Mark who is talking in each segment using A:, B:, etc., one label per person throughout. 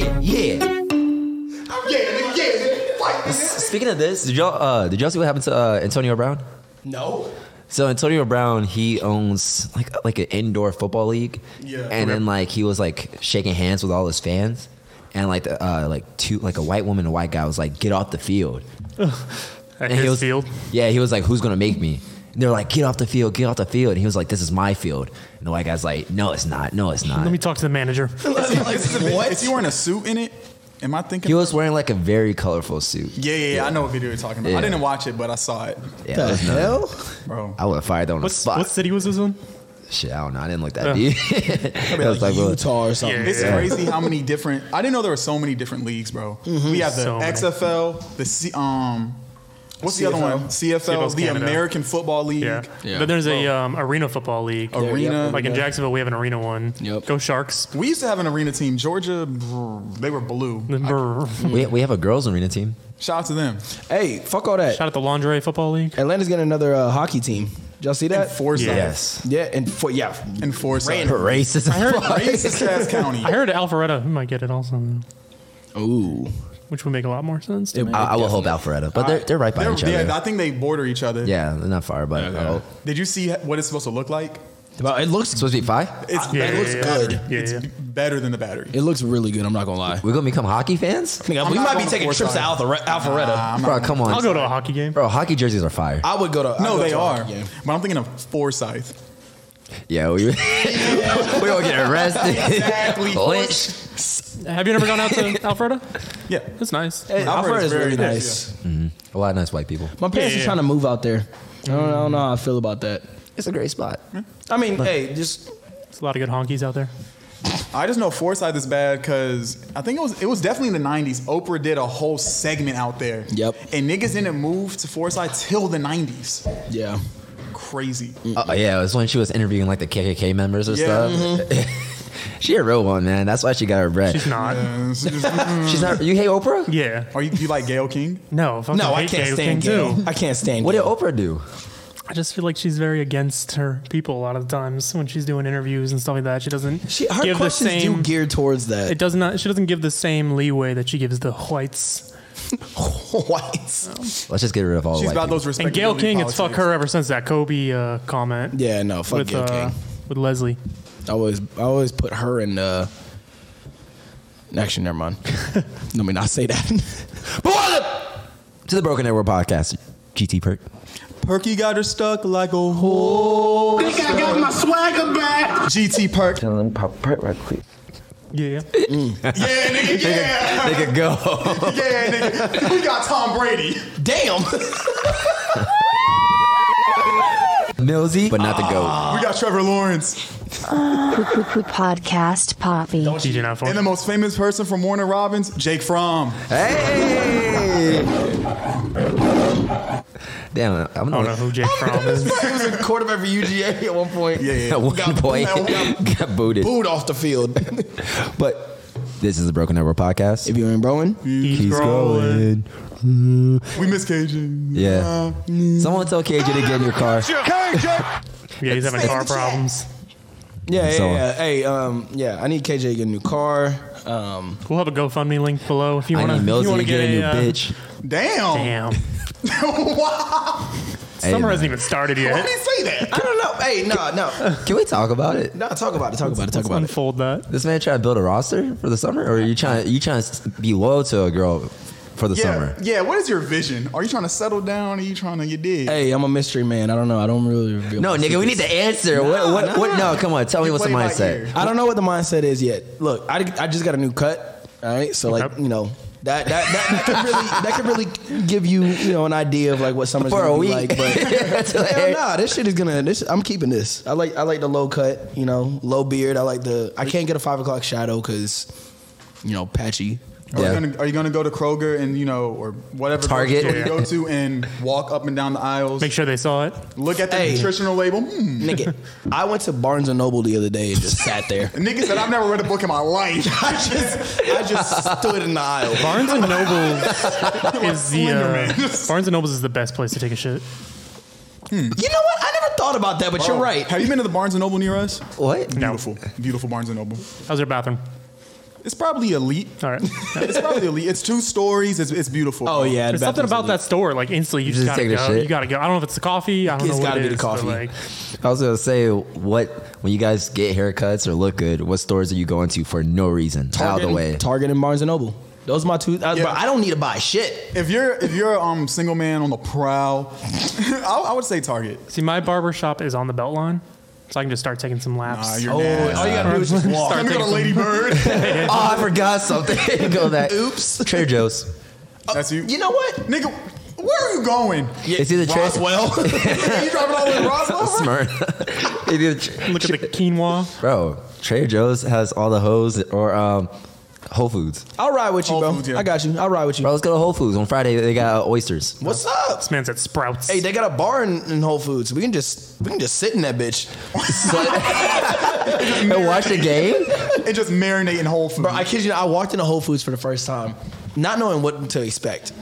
A: yeah.
B: Yeah, nigga, yeah, nigga. Fight, nigga.
A: Speaking of this, did y'all uh, did y'all see what happened to uh, Antonio Brown?
B: No.
A: So Antonio Brown, he owns like like an indoor football league.
B: Yeah.
A: And then like he was like shaking hands with all his fans, and like the, uh like two like a white woman and a white guy was like get off the field.
C: At
A: And he
C: his
A: was,
C: field.
A: Yeah, he was like who's gonna make me? And they were like get off the field, get off the field. And he was like this is my field. And the white guy's like no it's not, no it's not.
C: Let me talk to the manager.
D: what? Is he wearing a suit in it? Am I thinking?
A: he was wearing like a very colorful suit.
D: yeah, yeah, yeah, I know what video you're talking about.
A: Yeah.
D: I didn't watch it, but I saw it,
A: Yeah, it
E: The
A: was nuts.
E: hell?
D: bro.
A: I would have fired that on the
C: What's,
A: spot.
C: what city was this one?
A: Shit, I don't know. I didn't look
C: Yeah.
A: that deep. I was
E: like
A: like, well,
E: Utah or something.
C: Yeah.
D: It's crazy how many different. I didn't know there were so many different leagues, bro. We have
C: Mm-hmm.
D: the
C: So many.
D: XFL, the C, um, what's the other
E: CFL.
D: one? CFL,
C: CFL's
D: the
C: Canada.
D: American Football League.
C: Yeah.
F: Yeah.
C: Then there's a um, arena football league.
D: Arena.
C: Like in Jacksonville, we have an arena one.
F: Yep.
C: Go Sharks.
D: We used to have an arena team. Georgia, brr, they were blue.
C: Brr.
A: we, we have a girls arena team.
D: Shout out to them.
E: Hey, fuck all that.
C: Shout out the Lingerie Football League.
E: Atlanta's getting another uh, hockey team. Did y'all see that?
D: Forsyth.
A: Yes.
E: yeah, and for yeah,
D: And Forsyth.
A: Racist. as fuck.
D: Racist ass county.
C: I heard Alpharetta might get it also,
F: Ooh.
C: which would make a lot more sense. To me.
A: I, I will hope Alpharetta, but they're, they're right by
D: They're-
A: each other.
D: Yeah, I think they border each other.
A: Yeah, they're not far, but uh,
F: Okay.
A: I hope.
D: Did you see what it's supposed to look like?
E: Well, it looks
A: supposed to be five.
D: It's
C: Yeah,
D: it
C: yeah,
D: looks
C: yeah.
D: good.
C: Yeah,
D: it's
C: yeah.
D: b- better than the battery.
E: it looks really good. I'm not gonna lie.
A: We're gonna become hockey fans,
E: Nigga,
D: I'm
E: we
D: not
E: might be
D: going to
E: taking trips to
D: Forsyth.
E: Alpha, Alpharetta.
A: bro. Come on,
C: I'll go to a hockey game.
A: bro. Hockey jerseys are fire.
E: I would go to. I'd
D: No,
E: go
D: they
E: to a
D: are.
E: hockey game.
D: But I'm thinking of Forsyth.
A: Yeah, we we gonna get arrested,
D: Exactly.
A: lynched.
C: Have you never gone out to Alpharetta?
D: Yeah.
C: It's nice.
E: Hey,
D: Alpharetta
E: Alpharetta's
D: is
E: very
D: very nice,
E: nice.
A: A lot of nice white people.
E: My parents are
C: Yeah, yeah.
E: trying to move out there. I don't, I don't know how I feel about that.
A: It's a great spot.
E: I mean, hey, just
C: There's a lot of good honkies out there.
D: I just know Forsyth is bad because I think it was it was definitely in the '90s. Oprah did a whole segment out there.
E: Yep.
D: And niggas didn't move to Forsyth till the '90s.
E: yeah.
D: Crazy.
A: Oh yeah, it was when she was interviewing like the KKK members and
D: Yeah,
A: stuff. she a real one, man. That's why she got her bread.
C: She's not. Yeah.
D: Uh, it's just-
A: She's not. You hate Oprah?
D: Are you, you like Gail King?
C: No. Fucking
E: No, I
C: hate
E: can't
C: Gayle
E: stand
C: King
E: Gail.
C: too.
E: I can't stand.
A: What did
E: Gail.
A: Oprah do?
C: I just feel like she's very against her people a lot of the times when she's doing interviews and stuff like that. She doesn't
E: She, her
C: give the
E: questions do
C: same.
E: gear towards that.
C: it does not. She doesn't give the same leeway that she gives the whites.
E: Whites.
A: Let's just get rid of all the
D: She's
A: white
D: about
A: people.
D: those respect.
C: And Gail King, it's fuck her ever since that Kobe uh, comment
E: Yeah, no, fuck
C: with
E: Gail
C: uh,
E: King.
C: with Leslie.
E: I always, I always put her in. Uh, actually, never mind. Let me not say that.
A: But what the- to the Broken Network podcast, GT Perk.
D: Perky got her stuck like a whore.
G: think I got my swagger back.
D: GT Perk.
C: Yeah.
D: Yeah, nigga. Yeah.
A: They could go.
D: Yeah, nigga. We got Tom Brady.
E: Damn.
A: Millsy, but not the goat.
D: We got Trevor Lawrence.
H: Podcast Poppy.
C: DJ not for.
D: And the most famous person from Warner Robins, Jake Fromm.
A: Hey! Damn, I'm
C: I don't know
A: not.
C: who Jake Fromm is.
E: he was in quarterback for UGA at one point.
D: Yeah,
A: At
D: yeah.
A: one
E: Got-
A: point,
E: got-
A: got booted.
E: Booed off the field.
A: But this is the Broken Network podcast.
E: if you ain't Browen,
C: He's
D: We miss Uh, KJ.
A: Yeah. Someone tell KJ to get in your car.
C: Yeah, he's having car problems.
E: yeah, yeah,
A: So-
E: yeah. Hey, um, yeah, I need KJ to get a new car. Um,
C: We'll have a GoFundMe link below if you
A: I
C: want
A: need
C: to.
A: Millsy
C: You want
A: to
C: to
A: get a new
C: uh,
A: bitch.
D: Damn.
C: Damn.
D: Why
A: Hey,
C: Summer
A: man.
C: hasn't even started
D: did
C: yet.
D: he say that?
E: I don't know. Hey, no, no,
A: Can we talk about it?
E: no. Talk about it. Talk about it. Talk
C: Let's
E: about it.
C: unfold that.
A: This man trying to build a roster for the summer, or are you trying you trying to be loyal to a girl for the
D: Yeah.
A: summer?
D: Yeah, what is your vision? Are you trying to settle down? Are you trying to, you did?
E: Hey, I'm a mystery man. I don't know. I don't really reveal.
A: No,
E: my
A: nigga, we need
E: secrets.
A: the answer. what? What? what? No, come on, tell me
D: You
A: what's the
D: play by
A: mindset.
D: ear.
E: I don't know what the mindset is yet. Look, I, I just got a new cut. All right, so like
C: Okay.
E: you know that that that, that could really that could really give you you know an idea of like what summer's
A: For
E: gonna
A: a
E: be
A: week,
E: like. But
A: That's
E: hell
A: hilarious.
E: nah, this shit is gonna this. I'm keeping this. I like I like the low cut. You know, low beard. I like the. I can't get a five o'clock shadow because you know patchy.
D: Are,
A: Yeah.
D: you gonna, are you gonna go to Kroger and you know, or whatever
A: Target.
D: store you go to and walk up and down the aisles?
C: Make sure they saw it.
D: Look at the
E: Hey.
D: nutritional label. Hmm.
E: Nigga, I went to Barnes and Noble the other day and just sat there.
D: Nigga said, "I've never read a book in my life."
E: I just I just stood in the aisle.
C: Barnes and Nobles is the uh,
D: Slenderman.
C: Barnes and Nobles is the best place to take a shit.
E: You know what? I never thought about that, but you're right.
D: Have you been to the Barnes and Noble near us?
A: What?
C: No.
D: Beautiful, beautiful Barnes and Noble.
C: How's their bathroom?
D: It's probably elite.
C: All right.
D: it's probably elite. It's two stories. It's, it's beautiful.
E: Oh yeah, the
C: There's something
E: bathroom's
C: about
E: elite.
C: that store, like instantly you
A: You
C: just,
A: just
C: gotta
A: take the
C: go.
A: shit.
C: You gotta go. I don't know if it's the coffee. I don't
E: It's
C: know what
E: gotta
C: it
E: be the
C: is, but,
E: coffee.
C: like,
A: I was gonna say, what when you guys get haircuts or look good, what stores are you going to for no reason? Out of the way.
E: Target and Barnes and Noble. Those are my two. I,
D: Yeah.
E: But I don't need to buy shit.
D: If you're if you're a um, single man on the prowl, I, I would say Target.
C: see, my barber shop is on the Beltline, so I can just start taking some laps.
D: Nah, you're nasty.
E: all you gotta do is just walk.
D: Let me go to Lady Bird.
A: oh, I forgot something. go that.
E: Oops.
A: Trader Joe's.
D: That's you.
E: You know what?
D: Nigga, where are you going?
A: It's either Trader
E: Roswell.
D: you driving all the way to Roswell?
A: Smart. It's either Tr-
C: Look at the quinoa.
A: Bro, Trader Joe's has all the hoes or um, Whole Foods.
E: I'll ride with you,
D: Whole
E: bro.
D: Foods, yeah.
E: I got you. I'll ride with you.
A: Bro, let's go to Whole Foods on Friday. They got uh, oysters.
E: What's up?
C: This man's at Sprouts.
E: Hey, they got a bar in, in Whole Foods. We can just we can just sit in that bitch.
A: And watch the game.
D: And just marinating Whole Foods.
E: Bro, I kid you not, I walked into Whole Foods for the first time, not knowing what to expect.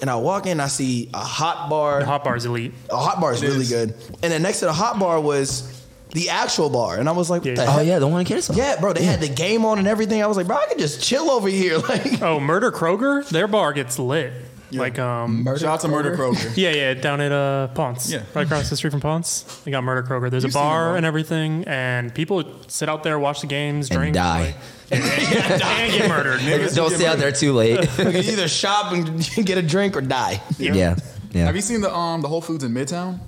E: And I walk in, I see a hot bar.
C: the hot bar's elite.
E: A hot bar is really good. And then next to the hot bar was the actual bar. And I was like, what
C: Yeah.
E: the
A: Oh
E: hell?
A: yeah, the one in Kennesaw.
E: Yeah, bro, they had the game on and everything. I was like, bro, I could just chill over here. Like,
C: Oh, Murder Kroger, their bar gets lit. Like um,
D: Shout out to Murder Kroger.
C: yeah, yeah, down at uh Ponce,
D: Yeah.
C: right across the street from Ponce, they got Murder Kroger. There's
D: You've
C: a
D: seen it,
C: bar
D: right?
C: and everything, and people sit out there, watch the games,
A: And
C: drink,
A: die.
C: like- and, and- and get murdered.
D: Niggas
A: Don't
D: get
A: stay out
D: murdered.
A: there too late.
E: you can either shop and get a drink or die.
A: yeah. yeah.
D: Have you seen the um the Whole Foods in Midtown?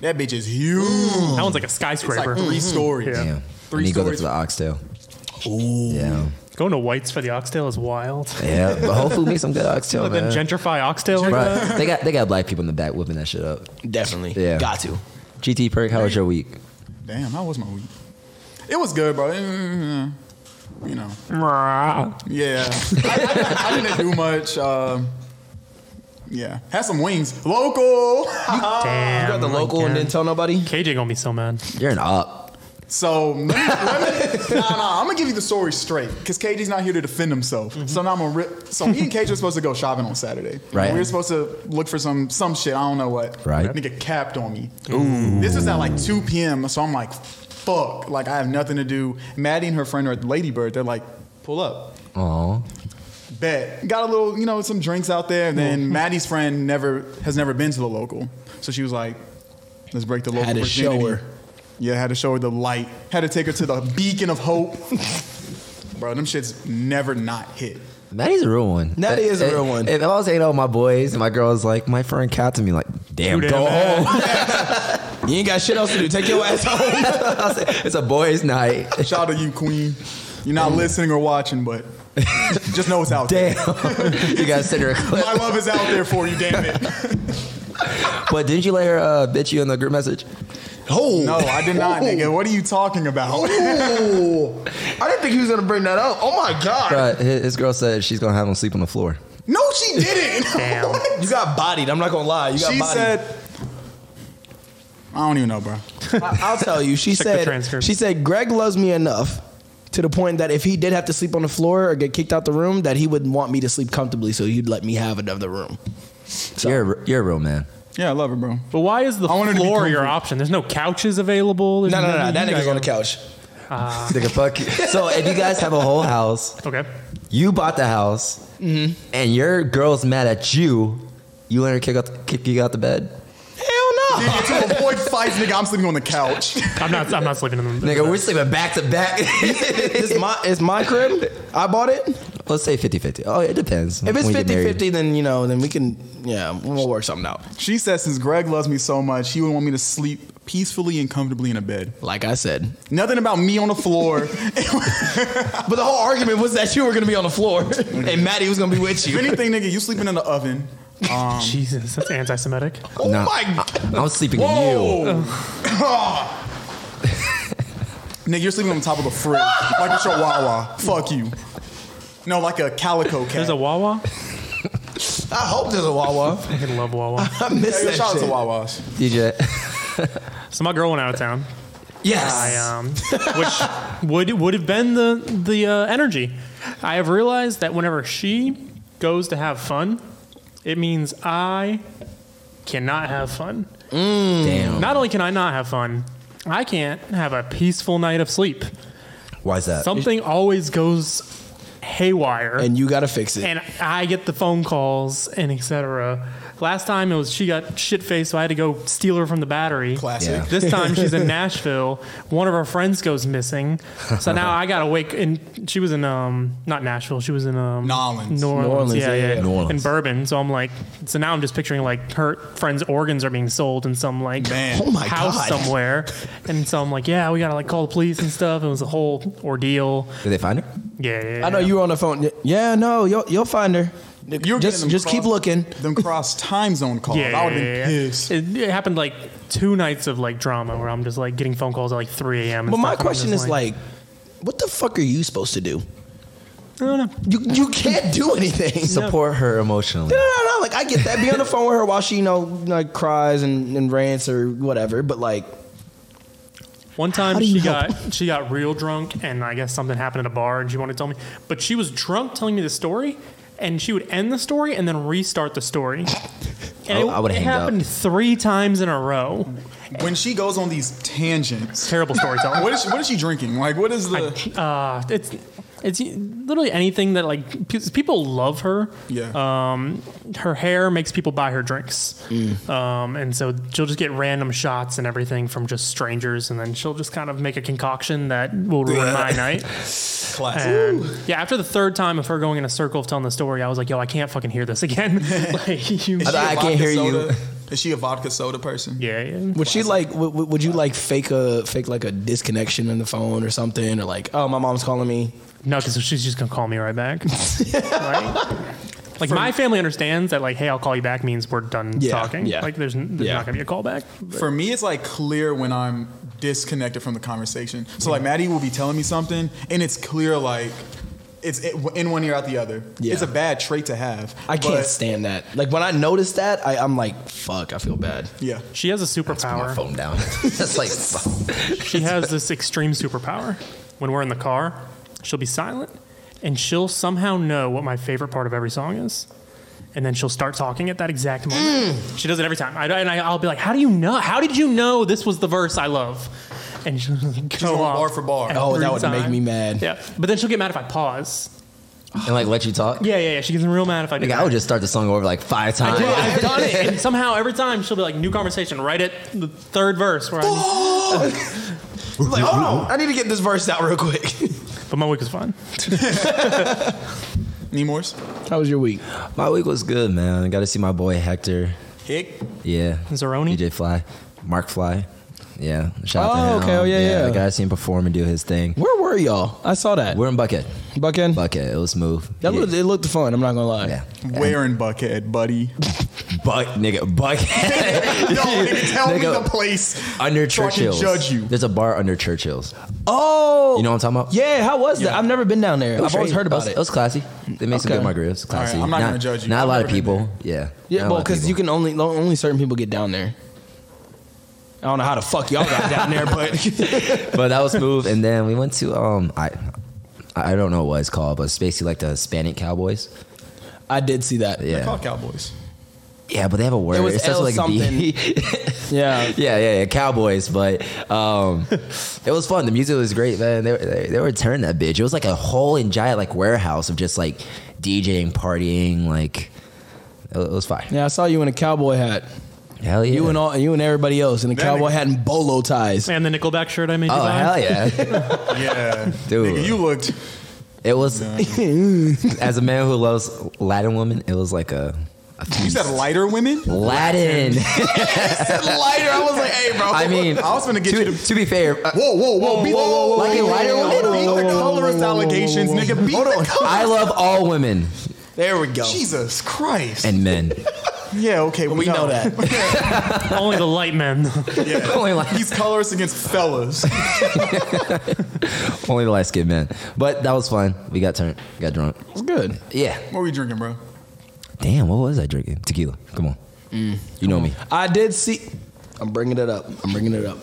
D: That bitch is huge.
C: That one's like a
D: It's like
C: skyscraper.
D: three stories.
C: Yeah.
A: Yeah.
D: Three
A: and you go there
D: stories.
A: to the oxtail. Ooh. Yeah.
C: Going to Whites for the oxtail is wild.
A: Yeah. But Whole Foods makes some good oxtail,
C: But then
A: Oh, man.
C: gentrify oxtail like that.
A: Bro, they got they got black people in the back whipping that shit up.
E: Definitely.
A: Yeah.
E: Got to.
A: GT Perk, how was your week?
D: Damn, how was my week? It was good, bro. Mm, You know,
C: Oh,
D: yeah. I, I- I didn't do much. Um, yeah, had some wings. Local.
C: Damn.
E: You got the local and didn't tell nobody?
C: KJ gonna be so mad.
A: You're an op.
D: So let me, let me, nah, nah, I'm gonna give you the story straight because KG's not here to defend himself.
A: Mm-hmm.
D: So now I'm gonna rip. So me and KG were supposed to go shopping on Saturday.
A: Right.
D: We were supposed to look for some some shit. I don't know what.
A: Right.
D: Nigga capped on me. Ooh. This is at like 2 p.m. So I'm like, fuck. Like I have nothing to do. Maddie and her friend are at Ladybird. They're like, pull up.
A: Aw.
D: Bet. Got a little, you know, some drinks out there. And
E: Hmm.
D: then Maddie's friend never has never been to the local. So she was like, let's break the local
E: Had to show
D: virginity.
E: her.
D: Yeah, had to show her the light. Had to take her to the beacon of hope. Bro, them shits never not hit.
A: Maddie's a real one.
E: Maddie is a
A: If-
E: real one.
A: If I was hanging out with my boys and my girl's like, my friend capped me, like, damn,
C: Dude,
A: go
C: man.
A: home.
E: You ain't got shit else to do. Take your ass home.
A: I said, it's a boys' night.
D: Shout out to you, Queen. You're not listening or watching, but just know it's out
A: Damn.
D: there.
A: you guys sent her a clip.
D: My love is out there for you, damn it.
A: But didn't you let her uh, bitch you in the group message?
E: Oh.
D: No, I did not, nigga. What are you talking about?
E: Ooh. I didn't think he was gonna bring that up. Oh my god.
A: Bruh, his, his girl said she's gonna have him sleep on the floor.
D: no, she didn't.
C: Damn.
D: What?
E: You got bodied. I'm not gonna lie. You got
D: She
E: bodied.
D: said, I don't even know, bro.
E: I- I'll tell you. She
C: Check the
E: said.
C: transcript.
E: She said Greg loves me enough to the point that if he did have to sleep on the floor or get kicked out the room, that he would want me to sleep comfortably, so he'd let me have another room.
A: You're, a- you're a real man.
D: Yeah, I love her, bro.
C: But why is the
D: I wanted to be
C: floor your
D: comfy.
C: option? There's no couches available. There's
E: No, no, no.
C: nothing.
E: that
C: You
E: nigga's
C: guys
E: on the couch.
A: Nigga, fuck you. So if you guys have a whole house,
C: are- Okay.
A: you bought the house, and your girl's mad at you, you let her kick out the, kick you out the bed?
E: Hell no.
D: Nigga, to avoid fights, nigga, I'm sleeping on the couch.
C: I'm not. I'm not sleeping in the.
A: Nigga, we're sleeping back to back.
E: It's my it's my crib. I bought it.
A: Let's say 50 50. Oh, it depends.
E: If it's
A: when you get
E: 50
A: married.
E: 50, then you know, then we can yeah, we'll work something out.
D: She said since Greg loves me so much, he would want me to sleep peacefully and comfortably in a bed.
E: Like I said.
D: Nothing about me on the floor.
E: But the whole argument was that you were gonna be on the floor and Maddie was gonna be with
D: if
E: you.
D: anything, nigga, you sleeping in the oven.
C: Jesus, that's anti-Semitic.
E: Oh
A: Nah,
E: my
A: I, am sleeping in you.
D: Oh. nigga, you're sleeping on top of the fridge. Like it's your Wawa. Fuck you. No, like a calico cat.
C: There's a Wawa.
E: I hope there's a Wawa.
C: I fucking love Wawa.
E: I miss
D: Hey,
E: that
D: shout out
E: shit.
D: to Wawas.
A: DJ.
C: So my girl went out of town.
E: Yes.
C: I um, which would would have been the the uh, energy. I have realized that whenever she goes to have fun, it means I cannot have fun.
A: Damn.
C: Not only can I not have fun, I can't have a peaceful night of sleep.
A: Why is that?
C: Something always goes haywire.
E: and you gotta fix it.
C: and I get the phone calls and etc. Last time it was she got shit faced, so I had to go steal her from the battery.
D: Classic.
A: Yeah.
C: This time she's in Nashville. One of her friends goes missing, so now I gotta wake. And she was in um not Nashville. She was in um
D: New Orleans.
C: New Orleans.
E: New Orleans,
C: yeah,
E: yeah,
C: yeah,
E: yeah.
A: New
C: in
A: Orleans.
C: Bourbon. So I'm like, so now I'm just picturing like her friend's organs are being sold in some like
D: Man.
E: Oh my
C: house
E: God.
C: somewhere. And so I'm like, yeah, we gotta like call the police and stuff. It was a whole ordeal.
A: Did they find her?
C: Yeah, yeah, yeah.
E: I know you were on the phone. Yeah, no, you'll, you'll find her.
D: You were getting
E: just
D: them
E: just keep
D: cross-
E: looking.
D: Them cross time zone calls.
E: Oh,
D: I would have been pissed.
C: It, it happened like two nights of like drama where I'm just like getting phone calls at like 3 a.m. and
E: But my
C: stuff. I'm
E: question
C: just
E: is like, what the fuck are you supposed to do?
C: I don't know.
E: You you can't do anything.
A: Support her emotionally.
E: No, no, no. Like I get that. Be on the phone with her while she, you know, like cries and, and rants or whatever. But like,
C: One time
E: do you
C: she
E: help?
C: got she got real drunk and I guess something happened at a bar and she wanted to tell me, but she was drunk telling me the story. And she would end the story and then restart the story. And
A: I-
E: Oh,
C: it,
A: I would've
C: it
A: hanged up.
C: happened three times in a row.
D: When she goes on these tangents,
C: Terrible storytelling.
D: what is she, what is she drinking? Like, what is the?
C: uh, it's it's literally anything that like pe- people love her.
D: Yeah.
C: Um, her hair makes people buy her drinks.
E: Mm.
C: Um, and so she'll just get random shots and everything from just strangers, and then she'll just kind of make a concoction that will ruin my night. And, yeah. After the third time of her going in a circle of telling the story, I was like, "Yo, I can't fucking hear this again." like you.
D: Is she a
E: I can't
D: vodka
E: hear you.
D: soda? Is she a vodka soda person?
C: Yeah, yeah.
E: would she like? Would, would would you like fake a fake like a disconnection in the phone or something? Or like, oh, my mom's calling me.
C: No, because she's just gonna call me right back. Right? Like my family understands that, like, hey, I'll call you back means we're done
E: Yeah,
C: talking.
E: yeah.
C: Like, there's, n- there's
E: Yeah.
C: not gonna be a call back.
D: For me, it's like clear when I'm disconnected from the conversation. So like Maddie will be telling me something, and it's clear like it's in one ear out the other.
E: Yeah.
D: It's a bad trait to have.
E: I can't
D: but-
E: stand that. Like when I notice that, I, I'm like, fuck, I feel bad.
D: Yeah.
C: She has a
A: My
C: superpower.
A: phone down. That's like fuck.
C: She has this extreme superpower. When we're in the car, she'll be silent, and she'll somehow know what my favorite part of every song is. And then she'll start talking at that exact moment.
D: Mm.
C: She does it every time. I, and I, I'll be like, "How do you know? How did you know this was the verse I love?" And she'll go
D: going
C: off
D: bar for bar.
E: Oh, that
C: every
E: would make
C: time.
E: me mad.
C: Yeah, but then she'll get mad if I pause.
A: and like let you talk.
C: Yeah, yeah, yeah. She gets real mad if I do.
A: Like, I would just start the song over like five times.
C: Yeah, I've done it, and somehow every time she'll be like, "New conversation," right at the third verse. Where I,
E: Like, hold on, I need to get this verse out real quick.
C: but my week was fun.
D: Nemours.
E: How was your week?
A: My week was good, man. I got to see my boy Hector.
D: Hick.
A: Yeah.
C: Zeroni?
A: DJ Fly. Mark Fly. Yeah. Shout out
E: Oh,
A: to him.
E: okay. Oh, yeah, yeah.
A: I got to see him perform and do his thing.
E: Where were y'all? I saw that.
A: We're in Buckhead.
E: Buckhead.
A: Buckhead. It was smooth.
E: that
A: yeah.
E: looked, it looked fun. I'm not gonna lie.
A: yeah.
D: Wearing buckhead, buddy.
A: Buck, nigga. Buckhead.
D: Yo, nigga, tell me
A: Nigga.
D: the place.
A: under
D: so I can
A: Churchill's.
D: judge you.
A: There's a bar under Churchill's.
E: Oh,
A: You know what I'm talking about?
E: Yeah, how was that? I've never been down there.
A: It was
E: I've always
A: straight.
E: heard about
A: was-
E: it.
A: It was classy. They make some good
E: Okay.
A: margaritas. Classy.
D: I'm not gonna judge you.
A: Not a
D: I've
A: lot of
D: never been
A: people. Yeah.
E: yeah,
A: Not a
E: well,
A: lot of
E: because you
A: people.
E: can only lo- only certain people get down there. I don't know how the fuck y'all got down there, but
A: but that was smooth. And then we went to um I I don't know what it's called, but it's basically like the Hispanic Cowboys.
E: I did see that.
A: Yeah.
D: Call Cowboys.
A: Yeah, but they have a word.
E: It was
A: it starts
E: L
A: with like a B.
E: Yeah.
A: yeah, yeah, yeah, Cowboys. But um, it was fun. The music was great, man. They, they they were turning that bitch. It was like a whole and giant like warehouse of just like DJing, partying. Like it, it was fine.
E: Yeah, I saw you in a cowboy hat.
A: Hell yeah.
E: You and all, you and everybody else in a cowboy hat and bolo ties.
C: And the Nickelback shirt I made you
A: Oh
C: buy.
A: hell yeah!
D: Yeah.
A: Dude.
D: Nigga, you looked.
A: It was as a man who loves Latin women. It was like a, a
D: You
A: feast.
D: said lighter women?
A: Latin.
D: lighter. I was like, hey, bro.
A: I mean,
D: I was gonna get
A: to,
D: you to.
A: to be fair, uh,
D: Whoa, whoa, whoa, beat whoa, whoa,
A: Like a lighter woman?
D: Beat the colorist allegations, nigga. Beat the color-
A: I love all women
E: There we go.
D: Jesus Christ.
A: and men.
D: yeah, okay, we,
E: we know that.
C: Only the light men.
A: only like
D: He's colorist against fellas.
A: only the light skinned men. But that was fun. We got turned, got drunk.
E: It's good.
A: Yeah.
D: what we drinking, bro?
A: Damn, what was I drinking? Tequila. Come on. you know me.
E: I did see. I'm bringing it up. I'm bringing it up.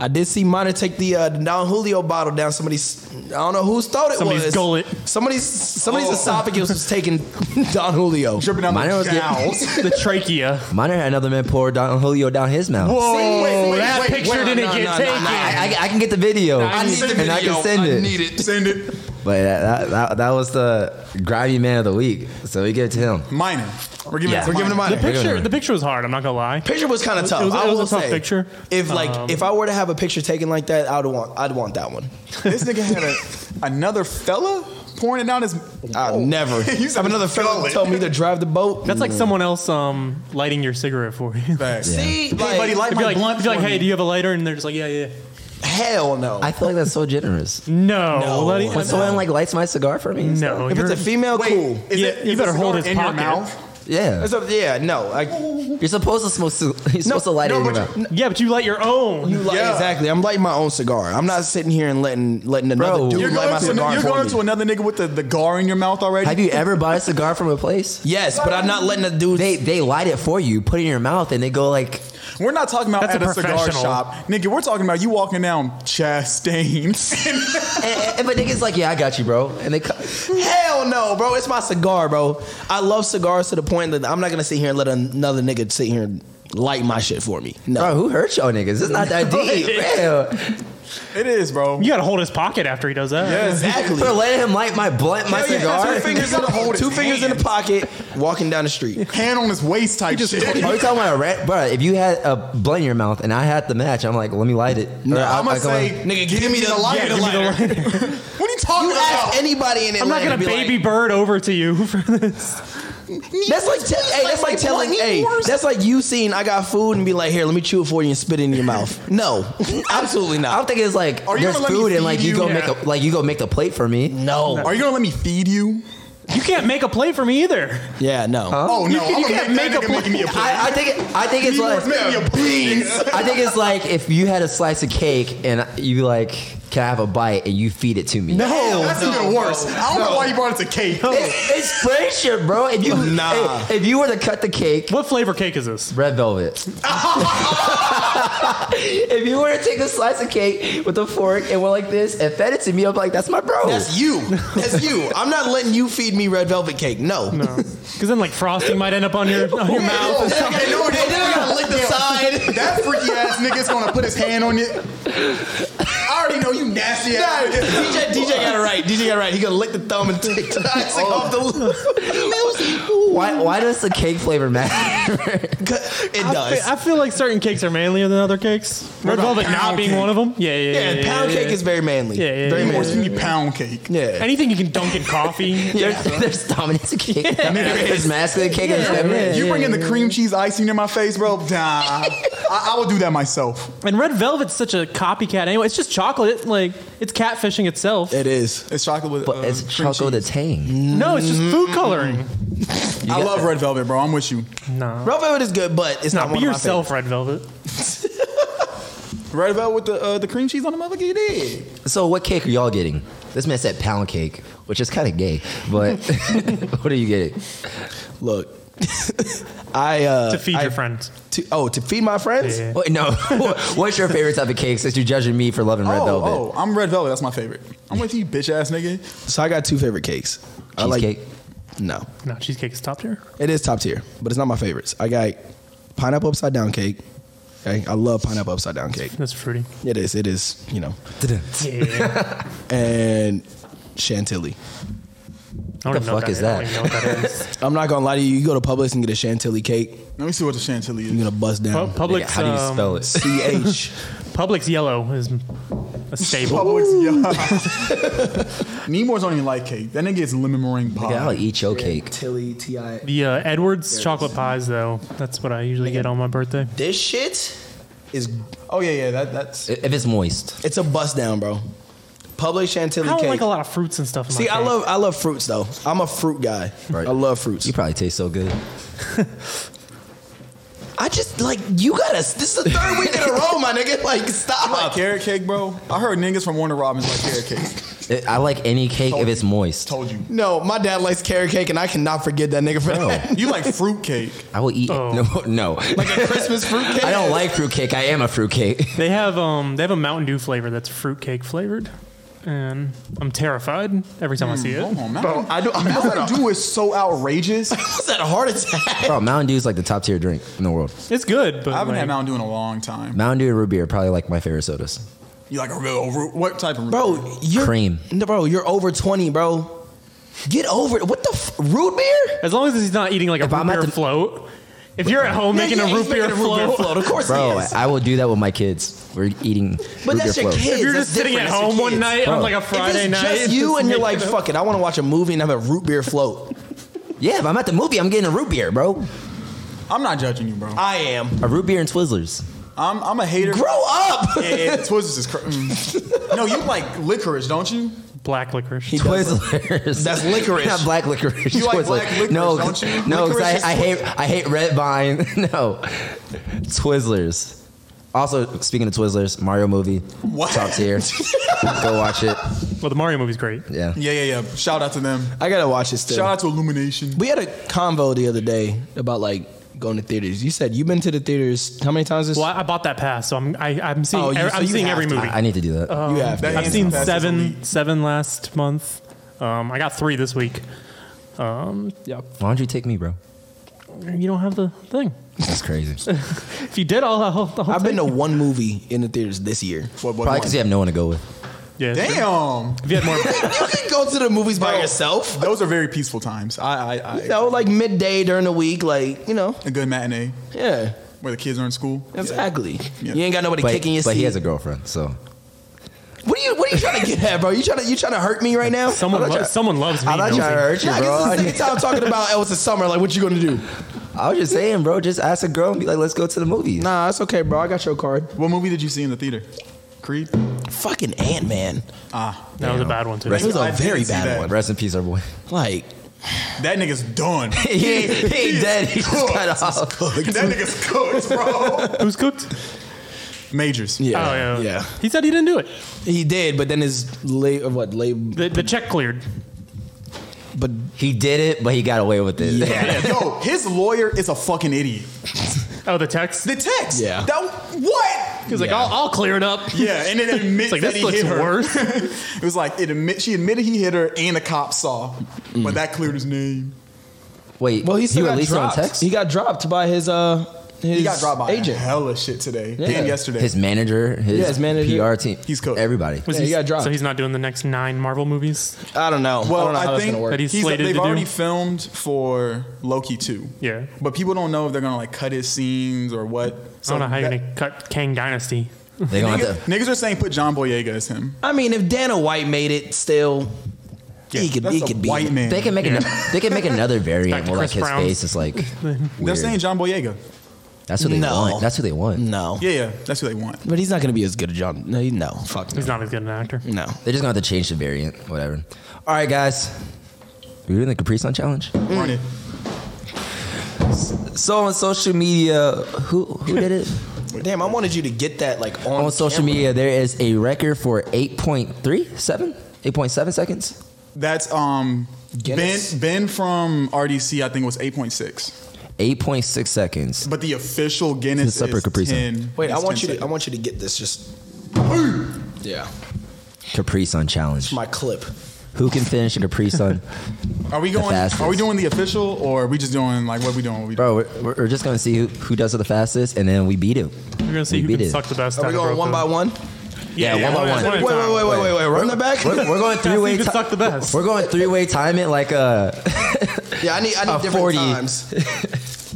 E: I did see Minor take the uh, Don Julio bottle down. Somebody's I don't know whose thought it
C: Somebody's
E: was.
C: gullet.
E: Somebody's somebody's
D: Oh.
E: esophagus was taking Don Julio.
D: Dripping down
A: Mine
D: the
A: was good.
D: jowls.
C: the trachea.
A: Mine had another man pour Don Julio down his mouth.
D: Whoa,
C: Oh, that picture didn't
E: no,
C: get
E: no, no,
C: taken.
A: I, I, I can get the video.
C: I need
A: and I can send it.
D: Send it.
A: But that, that, that was the grimy man of the week. So we give it to him.
D: Minor. We're giving
A: Yeah.
D: it
A: We're
D: to
A: giving
D: minor.
A: it minor.
C: The
A: They're
C: picture,
A: gonna-
C: the picture was hard. I'm not gonna lie.
E: Picture was kind of tough.
C: It was,
E: I
C: it
E: will
C: was a tough
E: say,
C: picture.
E: If like
C: Um,
E: if I were to have a picture taken like that, I'd want I'd want that one.
D: This nigga had a, another fella pouring it down his. Oh.
E: I would never.
D: You said
E: have another
D: kill
E: fella
D: it.
E: tell me to drive the boat.
C: that's like someone else um, lighting your cigarette for you. It'd
D: Facts.
E: See,
D: Hey, buddy,
E: like,
D: light
C: be
D: my
C: like,
D: blunt
C: it'd be like
D: for
C: hey,
D: me."
C: do you have a lighter? And they're just like, yeah, yeah.
E: hell no.
A: I feel like that's so generous.
C: No, lighting-
A: When someone like lights my cigar for me? and stuff.
C: no,
E: if
C: you're,
E: it's a female,
D: Wait,
E: cool.
D: is
C: Yeah,
D: it-
C: you
D: is
C: better
D: the
C: hold
D: cigar
C: his
D: in your
C: pocket.
D: mouth.
A: Yeah.
E: It's a- yeah, no. Like,
A: You're supposed to smoke. You're supposed to light it
E: no,
A: in your
E: but
A: mouth.
E: you-
C: yeah, but you light your own.
E: you like,
D: Yeah.
E: exactly. I'm lighting my own cigar. I'm not sitting here and letting letting another
A: Bro,
E: dude
D: You're
E: light my
D: going, to,
E: cigar
D: you're
E: for
D: going
E: me.
D: to another nigga with the, the gar in your mouth already.
A: Have you ever bought a cigar from a place?
E: yes, but I'm not letting a dude.
A: They they light it for you, put it in your mouth, and they go like,
D: We're not talking about
C: That's
D: at
C: a
D: a, cigar
C: professional.
D: shop, nigga. We're talking about you walking down Chastain.
A: and, and, but niggas like, yeah, I got you, bro, and they cut.
E: Hell no, bro. It's my cigar, bro. I love cigars to the point that I'm not gonna sit here and let another nigga sit here and light my shit for me. No.
A: Bro, who hurt y'all niggas? It's not that deep. man.
D: it is, bro.
C: You gotta hold his pocket after he does that.
E: Exactly.
A: For letting him light my blunt, my
E: Hell yeah,
A: cigar.
E: Two fingers, in,
D: You gotta hold
E: two
D: his
E: fingers in the
D: hand.
E: pocket, walking down the street.
D: Hand on his waist type shit.
A: Are we talking about a rat? Bro, if you had a blunt in your mouth and I had the match, I'm like, let me light it. Or I-
D: I'm
A: I
D: gonna
A: go-
D: say,
E: Nigga, give me the yeah,
D: lighter.
E: give me the
D: what are you talking
E: You
D: about?
E: ask anybody in
C: I'm
E: Atlanta.
C: not gonna
E: be
C: baby bird over to you for this.
E: Like, that's like, te- hey, that's like telling,
D: blunt
E: hey,
D: anymore?
E: that's like you seeing I got food and be like, here, let me chew it for you and spit it in your mouth. No, absolutely
A: I don't
E: not.
A: think it's like
D: Are you
A: there's
D: gonna let me
A: food and
D: feed
A: like you, go
C: you?
A: make
C: Yeah.
A: a like you go make the plate for me.
E: No.
D: Are you gonna let me feed you?
C: You can't make a play for me either.
E: Yeah, no.
D: Oh no,
C: You can-
D: I'm
C: you
D: gonna
C: can't
D: make,
C: make
D: that
C: a
D: nigga make me a plate.
A: I, I think it- I think it's
D: He
A: like
D: wants me a please.
A: I think it's like if you had a slice of cake and you like can I have a bite and you feed it to me.
E: No,
D: That's even worse. I don't know why you brought it to cake.
A: It's, it's friendship, bro. If you
E: Nah.
A: if, if you were to cut the cake,
C: What flavor cake is this?
A: red velvet. if you were to take a slice of cake with a fork and went like this and fed it to me, I'm like, that's my bro.
E: That's you. That's you. I'm not letting you feed me red velvet cake. No.
C: No, because then like frosting might end up on your on your mouth.
D: That nigga, they know it.
E: Hey, they're gonna lick the side.
D: That freaky ass nigga's gonna put his hand on it. I already know you nasty ass. nigga.
E: DJ, DJ got it right. DJ got it right. He gonna lick the thumb and take the icing off the loop.
A: why why does the cake flavor matter?
E: It
C: I
E: does.
C: feel, I feel like certain cakes are manlier than other cakes. Red
D: about
C: velvet not
D: pound
C: being
D: cake?
C: one of them. Yeah, yeah, yeah.
E: yeah,
C: yeah,
E: pound
C: yeah,
E: cake
C: yeah.
E: is very manly.
C: Yeah, yeah,
E: very
C: yeah.
D: Of course,
E: manly.
D: you need pound cake.
E: Yeah.
C: Anything you can dunk in coffee.
A: There's, there's Dominic's cake. There's masculine cake and there's feminine.
D: You bringing the cream cheese icing in my face, bro? Nah, I, I will do that myself.
C: And red velvet's such a copycat anyway. It's just chocolate. It's like it's catfishing itself.
E: It is.
D: It's chocolate with.
A: But
D: uh,
A: it's
D: cream
A: choco de
D: cheese.
A: tang.
C: no, it's just food coloring.
D: I love red velvet, bro. I'm with you.
C: No.
E: Red velvet is good, but it's not
C: Nah,
E: one
C: be
E: of my
C: yourself, red velvet.
D: Red velvet with the uh, the cream cheese on the motherfucker. It is.
A: So what cake are y'all getting? This man said pound cake, which is kind of gay. But what are you getting?
E: favorites. Look. I uh
C: To feed
E: I-
C: your friends.
E: to- oh, to feed my friends?
C: Yeah.
A: Wait, no. What's your favorite type of cake? Since you're judging me for loving red
D: oh,
A: velvet,
D: oh, I'm red velvet. That's my favorite. I'm with you, bitch ass nigga.
E: So I got two favorite cakes. I like
A: cheesecake.
E: No.
C: No, cheesecake is top tier.
E: It is top tier, but it's not my favorites. I got pineapple upside down cake. Okay. I love pineapple upside down cake.
C: That's fruity.
E: It is. It is, you know.
C: Yeah.
E: And chantilly.
C: I
A: The
C: don't even know
A: fuck
C: what
A: is
C: I don't even know what that is.
E: I'm not gonna lie to you. You go to Publix and get a chantilly cake,
D: Let me see what the chantilly is.
E: you're gonna bust
C: Pub-
E: down.
A: Nigga,
C: Publix,
A: How do you
C: um,
A: spell it?
E: CH.
C: Publix yellow is a staple.
D: Publix, yeah. Nemours don't even like cake. That nigga is lemon meringue pie.
A: Nigga, I'll eat your cake.
E: Tilly T I.
C: The uh, Edwards chocolate pies, though, that's what I usually get on my birthday.
E: This shit is
D: oh yeah, yeah. That, that's
A: If it's moist,
E: it's a bust down, bro. Publix
C: I
E: chantilly
C: don't
E: cake.
C: like a lot of fruits and stuff. In my
E: See, I
C: cake.
E: love I love fruits though. I'm a fruit guy.
A: Right.
E: I love fruits.
A: you probably taste so good.
E: I just like you gotta. This is the third week in a row, my nigga. Like stop.
D: Uh, carrot cake, bro. I heard niggas from Warner Robins like carrot cake.
A: It- I like any cake if it's moist.
D: Told you.
E: No, my dad likes carrot cake, and I cannot forget that nigga for that.
D: You like fruit cake.
A: I will eat.
C: Oh.
A: No, no.
E: Like a Christmas fruit cake.
A: I don't like fruit cake. I am a fruit cake.
C: They have um they have a Mountain Dew flavor that's fruitcake flavored, and I'm terrified every time I
E: Hmm.
C: see it.
D: Hold on, Mountain, I do, Mountain Dew is so outrageous. I
E: Is that a heart attack?
A: Bro, Mountain Dew is like the top tier drink in the world.
C: It's good, but
D: haven't
C: like,
D: had Mountain Dew in a long time.
A: Mountain Dew and root beer are probably like my favorite sodas.
D: You like a real root? What type of root?
E: Bro, you're
A: Cream.
E: No, bro, you're over 20, bro. Get over it. What the f- root beer?
C: As long as he's not eating like a
A: If
C: root
A: I'm at
C: beer
A: the-
C: float. If you're at home making
E: Yeah,
C: a
E: yeah,
C: root
E: he's making
C: beer float,
E: Of course
A: Bro,
E: he is.
A: I will do that with my kids. We're eating.
E: but
A: root
E: that's
A: beer
E: your
A: float.
E: kids.
C: if you're
E: that's
C: just sitting at
E: different. That's your
C: home one
E: kids.
C: night on
A: Bro.
C: like a Friday
E: if it's
C: night,
E: just you and you're like,
C: making a-
E: fuck it, I want to watch a movie and have a root beer float.
A: Yeah, if I'm at the movie, I'm getting a root beer, bro.
D: I'm not judging you, bro.
E: I am.
A: A root beer and Twizzlers.
D: I'm I'm a hater.
E: Grow up.
D: Yeah, Twizzlers is cr- mm. No, you like licorice, don't you?
C: black licorice.
A: Twizzlers.
E: That's licorice.
A: Not black licorice.
D: You like
A: Twizzlers.
D: black licorice,
A: no,
D: don't you?
A: no, 'cause
D: Licorice is
A: I, I
D: Twizzlers.
A: hate I hate red vine. no, Twizzlers. Also, speaking of Twizzlers, Mario movie,
D: What?
A: top tier. Go watch it.
C: Well, the Mario movie's great.
A: Yeah.
D: Yeah, yeah, yeah. Shout out to them.
E: I gotta watch this
D: Shout
E: still.
D: out to Illumination.
E: We had a convo the other day about like going to theaters. You said you've been to the theaters how many times this?
C: Well, I I bought that pass, so I'm I, I'm seeing
E: Oh, you-
C: ev-
E: so
C: I'm
E: you
C: seeing
E: have
C: every
E: to.
C: movie.
A: I, I need to do that.
E: You have.
D: That
E: to.
C: I've
D: is
C: seen
D: the fastest
C: seven
D: elite.
C: seven last month. Um, I got three this week. Um, yeah,
A: Why don't you take me, bro?
C: you don't have the thing.
A: That's crazy.
C: If you did, I'll, I'll, I'll
E: I've been
C: take
E: to one movie in the theaters this year.
D: What, what,
A: Probably
D: what?
A: because you have no one to go with.
C: Yeah, it's true.
D: Damn,
C: If you had more,
E: you can go to the movies by
D: Bro.
E: yourself.
D: those are very peaceful times. I, I, I
E: You know, like midday during the week, like you know,
D: a good matinee
E: yeah,
D: where the kids are in school.
E: exactly.
D: Yeah.
E: You ain't got nobody
A: But,
E: kicking your
A: but
E: seat.
A: he has a girlfriend, so
E: what are you? What are you trying to get at, bro? You trying to you trying to hurt me right now?
C: someone
E: I'm
C: lo-
E: not trying-
C: someone loves me.
A: I'm not
C: don't
A: trying to
C: they?
A: hurt you,
E: Nah, 'cause
A: bro.
E: it's the same time talking about oh, it's a summer. Like, what you gonna do?
A: I was just saying, bro. Just ask a girl and be like, "Let's go to the movies."
E: Nah, it's okay, bro. I got your card.
D: What movie did you see in the theater? Creed.
E: Fucking Ant Man.
D: Ah,
C: That was a bad one too.
E: It was a
D: I didn't
E: very
D: see
E: bad
D: that.
E: one.
A: Rest in peace, our boy.
E: Like,
D: that nigga's done. that
A: he, ain't- he ain't dead. He just got off.
D: nigga's cooked, bro.
C: Who's cooked?
D: Majors.
E: yeah,
C: oh yeah,
E: yeah.
C: He said he didn't do it.
E: He did, but then his late or what late,
C: The, the check cleared.
E: but
A: He did it, but he got away with it.
E: yeah,
D: Yo, his lawyer is a fucking idiot.
C: Oh, the text.
D: The text.
E: Yeah.
D: That what?
C: He was like, I'll, I'll clear it up.
D: Yeah, and it
C: It's
D: admits
C: like
D: that
C: this
D: he
C: looks
D: hit her.
C: worse.
D: it was like it admit she admitted he hit her, and the cop saw,
E: Mm.
D: but that cleared his name.
A: Wait,
E: well, he still got
A: released it on
E: dropped.
A: text.
E: He got dropped by his uh his
D: He got dropped by
E: agent.
D: hella shit today
E: Yeah.
D: and yesterday.
A: his manager, his,
E: Yeah, his manager.
A: PR team,
D: He's cooked.
A: Everybody.
E: Yeah, he got dropped.
C: So he's not doing the next nine Marvel movies.
E: I don't know. I
D: well,
E: don't know
D: I,
E: how that's
D: think
E: gonna work.
C: That he's slated
D: they've
C: to do.
D: already filmed for Loki two.
C: Yeah.
D: but people don't know if they're gonna like cut his scenes or what. So
C: I don't know how you're
D: that-
C: gonna cut Kang Dynasty.
A: They gonna
D: Niggas,
A: have to.
D: niggas are saying put John Boyega as him.
E: I mean, if Dana White made it, still, he could
D: That's
E: he
D: a
E: could be
D: white man.
A: They can make an, they can make another variant
C: Dr.
A: where like
C: Chris
A: his
C: Brown.
A: face is like
D: They're
A: weird.
D: saying John Boyega.
A: that's who they
E: No. Mm.
A: want. That's who they want.
E: No,
D: Yeah, yeah, that's who they want.
E: but he's not gonna be as good as John. No, he- no, fuck no.
C: He's not as good an actor.
E: no.
A: They're just gonna have to change the variant. Whatever. All right, guys. We're doing the Capri Sun challenge.
E: Mm.
D: Run it.
A: So on social media, who who did it?
E: Damn, I wanted you to get that like on,
A: on social
E: camera.
A: media, there is a record for 8.3 seven, 8.7 seconds.
D: That's um Ben
E: Guinness?
D: Ben from RDC. I think was eight point six,
A: 8.6 seconds.
D: but the official Guinness
A: It's a separate
D: is
A: Capri Sun.
D: ten.
E: Wait, I
D: It's
E: want
D: 10
E: you to I
D: seconds.
E: want you to get this. Just yeah,
A: Capri Sun challenge.
E: my clip.
A: Who can finish a Capri Sun?
D: Are we going?
A: fastest.
D: Are we doing the official or are we just doing like what we doing? What we
A: Bro, we're, we're- we're just gonna see who, who does it the fastest, and then we beat it.
C: We're gonna see
A: We
C: who
A: beat
C: can
A: it.
C: suck the best.
E: Are we
C: out of
E: going
C: both
E: one
C: of
E: by
C: them.
E: one?
C: Yeah,
A: Yeah, one by one.
C: at a
E: Wait, wait,
C: time.
E: wait, wait, wait, wait. Run that back.
A: We're, we're going three
C: Who
A: way.
C: can suck the best?
A: We're going three way. Time it like uh, a.
E: Yeah, I need I need
A: A
E: different
A: 40.
E: times.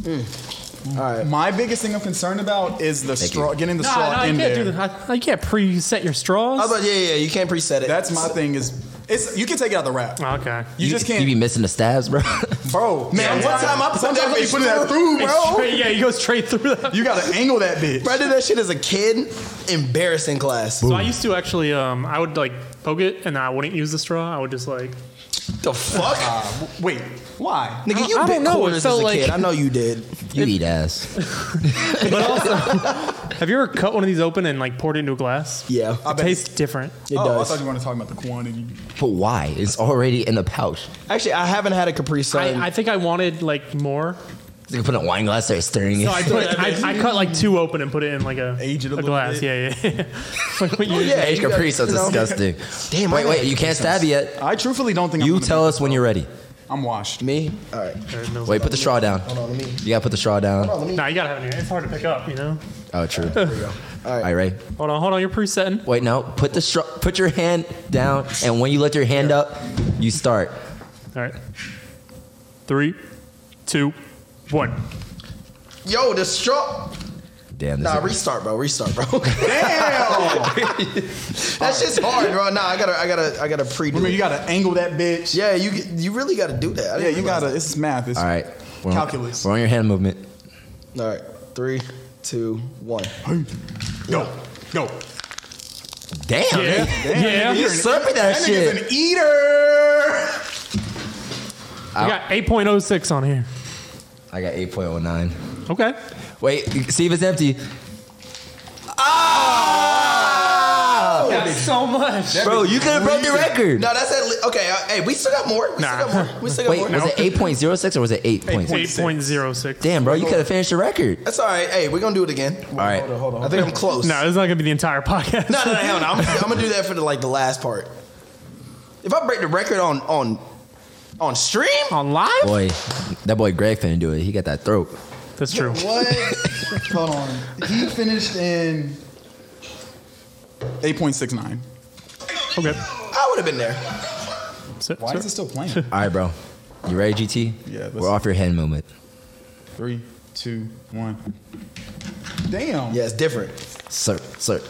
E: Mm. All right.
D: My biggest thing I'm concerned about is the straw, getting the
C: No,
D: straw
C: no, I
D: in
C: can't
D: there.
C: do that. I, I can't preset your straws.
E: I was like, yeah, yeah, yeah, you can't preset it.
D: That's my thing. Is it's you can take it out the wrap.
C: okay.
D: You, just can't,
A: You be missing the stabs, bro.
D: bro.
E: Man, one time I put
D: sometimes
E: that
D: you
E: bitch
D: put that through, bro.
C: Straight- yeah, you go straight through that.
D: You gotta angle that bitch.
E: Bro, I did that shit as a kid. Embarrassing class.
C: So I used to actually, um, I would like poke it, and I wouldn't use the straw. I would just like
E: The fuck,
D: Uh, Wait, why?
E: nigga, you
C: I don't
E: bit
C: know, it
E: quarters as
C: felt
E: a
C: like-
E: kid. I know you did.
A: you eat ass.
C: But also, have you ever cut one of these open and like poured it into a glass?
E: Yeah,
D: I
C: It
D: bet
C: tastes different.
E: it
D: oh, I
E: does.
D: thought you were gonna talk about the quantity.
A: But why? It's already in the pouch.
E: Actually, I haven't had a Capri Sun.
C: I, I think I wanted like more.
A: You can put a wine glass, start stirring it.
C: No, I, put, I, I cut like two open and put it in like a,
D: Age it
C: a
D: a little
C: glass. Yeah, yeah. like what you
E: yeah,
A: Hey,
E: you
A: Capri
E: got-
A: Sun's
E: you know.
A: disgusting.
E: Damn, I
A: wait,
E: got
A: wait, you can't stab yet.
D: I truthfully don't think I'm
A: You
D: gonna
A: tell
D: be-
A: us when you're ready.
D: I'm I'm washed.
E: Me? All right.
A: Wait, put the straw down.
E: Hold on, let me.
A: You gotta put the straw down.
E: Hold on, let me.
C: Nah, you gotta have it in your It's hard to pick up, you know?
A: Oh, true.
E: All
A: All
E: right.
A: right, Ray.
C: Hold on, hold on. You're presetting.
A: Wait, no. Put the straw. Put your hand down, and when you lift your hand up, you start.
C: All right. Three, two, one.
E: Yo, the straw.
A: Damn. This
E: Nah,
A: is-
E: restart, bro. Restart, bro.
D: Damn!
E: That's just hard, bro. Nah, I gotta, I gotta, I gotta pre.
D: Remember, you gotta angle that bitch.
E: yeah, you, you really gotta do that. I
D: Yeah,
E: didn't
D: you
E: realize
D: gotta. It's math. It's
A: All right. We're on-
D: Calculus.
A: we're on your hand movement.
E: that. All right, three, two, one.
D: Go, go.
A: Damn.
C: Yeah.
A: man.
C: Yeah.
A: You
C: We
A: slurping that
D: That
A: shit.
D: nigga's an eater.
C: got 8.06 on here.
A: I got 8.09.
C: Okay.
A: Wait, see if it's empty.
D: Oh.
A: Ah!
C: Got so much.
A: Bro, you could have broke the record.
E: No, that's at least, okay. Uh, hey, we still got more. We still got more. We still got
A: Wait,
E: more.
A: was it 8.06 or was it 8 points?
C: 8.06.
A: Damn, bro, you could have finished the record.
E: That's all right. Hey, we're gonna do it again. All
A: right.
E: hold on, hold on. I think I'm close.
C: No, this is not gonna be the entire podcast.
E: no, no, no, hell no. I'm, I'm gonna do that for the like the last part. If I break the record on on on stream,
C: On live?
A: Boy, that boy Greg finna do it. He got that throat.
C: That's true.
D: What? Hold on. He finished in 8.69.
C: Okay.
E: I would have been there.
C: So,
D: Why
C: so-
D: is it still playing?
A: All right, bro. You ready, GT?
D: Yeah, let's-
A: We're off your hand moment.
D: Three, two, one. Damn.
E: Yeah, it's different.
A: Sir, sir.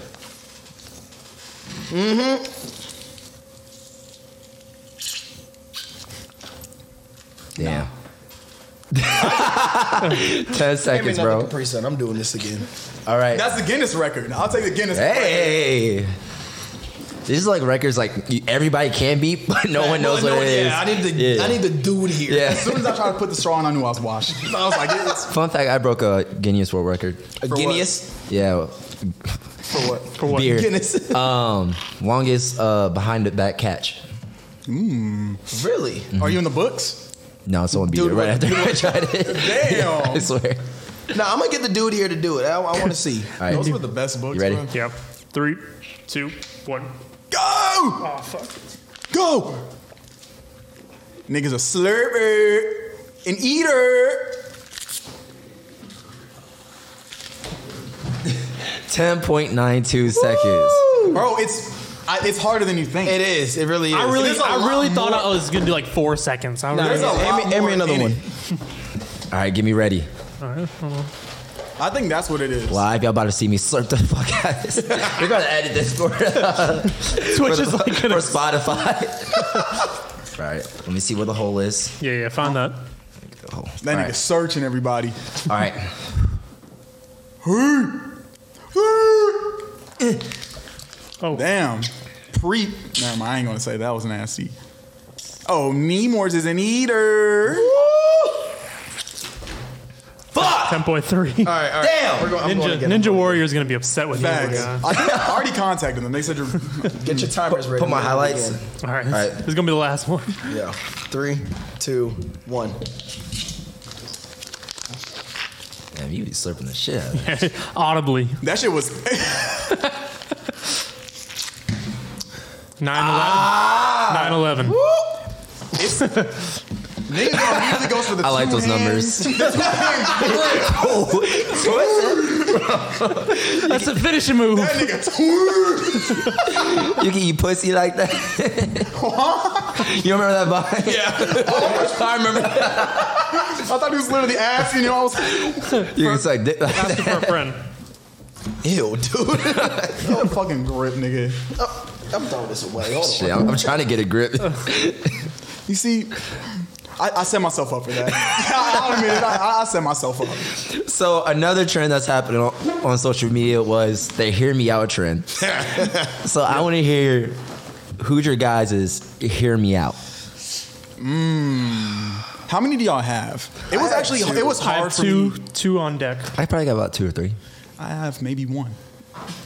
A: Mm-hmm. Damn. 10
E: Give me
A: seconds,
E: another
A: bro.
E: Capri Sun. I'm doing this again.
A: All right.
D: That's the Guinness record. I'll take the Guinness record.
A: Hey. This is like records like everybody can beat, but no one knows
E: Well,
A: what
E: no,
A: it is.
E: Yeah, I need the I need the dude here.
A: Yeah.
D: As soon as I tried to put the straw in, I knew I was washed. I was like, it's
A: Fun fact, I broke a Guinness World Record.
E: A
D: what?
E: Guinness
A: Yeah.
D: for what?
C: for what?
A: Beer.
E: Guinness.
A: Um, longest uh, behind the back catch.
E: really?
D: Are you in the books?
A: No, someone beat
E: Dude,
A: it right
E: what-
A: after I tried it. I
D: Damn.
A: swear.
E: No, I'm gonna get the dude here to do it. I, want to see.
A: All right.
D: Those were the best books.
A: You ready?
D: bro.
C: Yep. Three, two, one.
D: Go!
C: Oh, fuck.
D: Go! Niggas a slurper, an eater.
A: 10.92 seconds.
D: Bro, it's I, it's harder than you think.
E: It is. It really is.
C: I really,
D: There's a
C: I
D: lot
C: really thought
D: more.
C: I was gonna do like four seconds. I
E: Nah,
C: really,
D: There's a
E: hand
D: lot
E: me- hand me
D: more
E: another
D: in
E: one.
D: it.
A: All right, get me ready.
D: I think that's what it is.
A: Live, y'all about to see me slurp the fuck out of this. They're gonna edit this for, uh,
C: Twitch
A: for,
C: is
A: the-
C: like
A: for
C: gonna.
A: Spotify. All right, let me see where the hole is.
C: Yeah, yeah. Find that.
A: The hole.
D: That
A: All
D: nigga
A: right.
D: searching everybody.
A: All right.
C: Oh,
D: Damn. Pre. Never mind, I ain't gonna say that was nasty. Oh, Nemours is an eater.
C: ten point three.
E: All right. All right. Damn. We're going, I'm going
C: Ninja,
E: again.
C: Ninja Warrior is gonna be upset with
D: Facts.
C: you. Yeah.
D: I think I already contacted them. They said you're.
E: Get your timers ready.
A: Put my
E: We're going
A: highlights.
E: again.
C: All right,
A: right.
C: this is gonna be the last one.
E: Yeah. Three, two, one.
A: Damn, you be slurping the shit out of me.
C: Audibly,
D: That shit was.
C: nine eleven. Nine eleven.
D: It's, niggas on music goes for the
A: I like
D: two
A: those
D: hands.
A: numbers.
C: That's a finishing move.
D: That nigga twerk.
A: You can eat pussy like that. you remember that vine? Yeah. I remember that.
D: I thought he was literally asking you. I was.
A: You can suck dick like that.
C: Asking for a friend.
E: Ew, dude.
D: Oh, fucking grip, nigga.
E: I'm throwing this away. Hold on.
A: Shit, I'm, I'm trying to get a grip.
D: You see, I, I set myself up for that. I, I'll admit it. I, I set myself up.
A: So another trend that's happening on, on social media was the hear me out trend. so I want to hear who's your guys is hear me out.
D: How many do y'all have? It was
E: have
D: actually
E: two.
D: it was
C: I
D: hard
C: have
D: for
C: two,
D: me.
C: two on deck.
A: I probably got about two or three.
D: I have maybe one.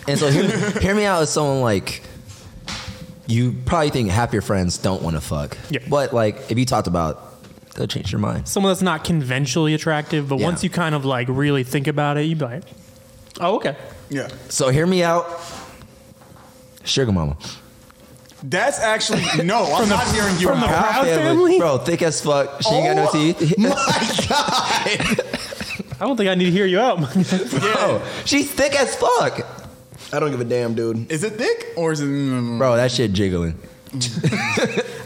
A: And so hear, hear me out is someone like you probably think half your friends don't want to fuck.
C: Yeah.
A: But like if you talked about, it, they'll change your mind.
C: Someone that's not conventionally attractive, but
A: Yeah.
C: once you kind of like really think about it, you be like, oh okay.
D: Yeah.
A: So hear me out. Sugar mama.
D: That's actually no. I'm not hearing you
C: from the
D: out.
C: Proud family?
A: bro, thick as fuck. She ain't got no
E: Oh
A: teeth.
E: My God.
C: I don't think I need to hear you out.
A: Bro, she's thick as fuck.
E: I don't give a damn, dude.
D: Is it thick or is it? mm,
A: Bro, that shit jiggling.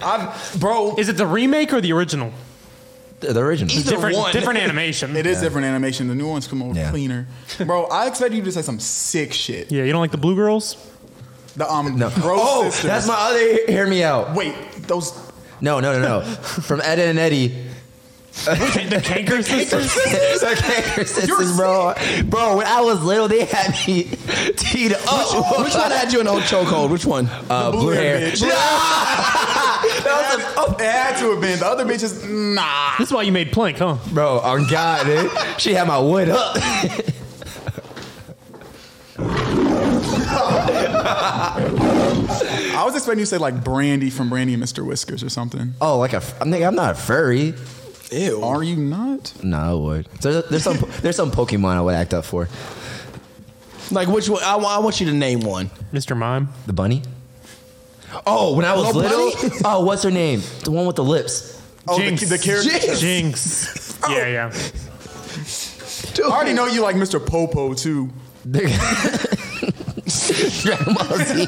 D: I've, bro,
C: Is it the remake or the original?
A: The, the original.
D: Either
C: Different,
D: one.
C: different animation.
D: it is different animation. The new ones come over
A: Yeah.
D: cleaner. Bro, I expect you to say some sick shit.
C: Yeah, you don't like the blue girls?
D: The um,
A: No.
D: bro
A: oh,
D: sisters.
A: that's my other. Hear me out.
D: Wait, those.
A: No, no, no, no. From Edda and Eddie.
C: the Kanker sisters?
A: okay, sisters,
D: sick.
A: bro. Bro, when I was little, they had me teed up.
E: Which one had you in old chokehold? Which one?
A: Uh, blue,
D: blue hair
A: hair.
D: bitch.
A: that was a, oh,
D: It had to have been. The other bitches, nah.
C: This is why you made Plank, huh?
A: bro, on God, dude. She had my wood up.
D: I was expecting you to say like Brandy from Brandy and Mr. Whiskers or something.
A: Oh, like a. I'm like, I'm not a furry.
E: Ew.
D: Are you not?
A: No, I would. There's, there's some there's some Pokemon I would act up for.
E: Like which one? I, wa- I want you to name one.
C: Mr. Mime.
A: The bunny. Oh, when I was
E: The
A: little.
E: bunny?
A: Oh, what's her name? The one with the lips.
D: Oh, the,
C: Jinx.
D: the character.
C: Jinx. Yeah, yeah.
D: I already know you like Mr. Popo too.
A: Dragon Ball Z.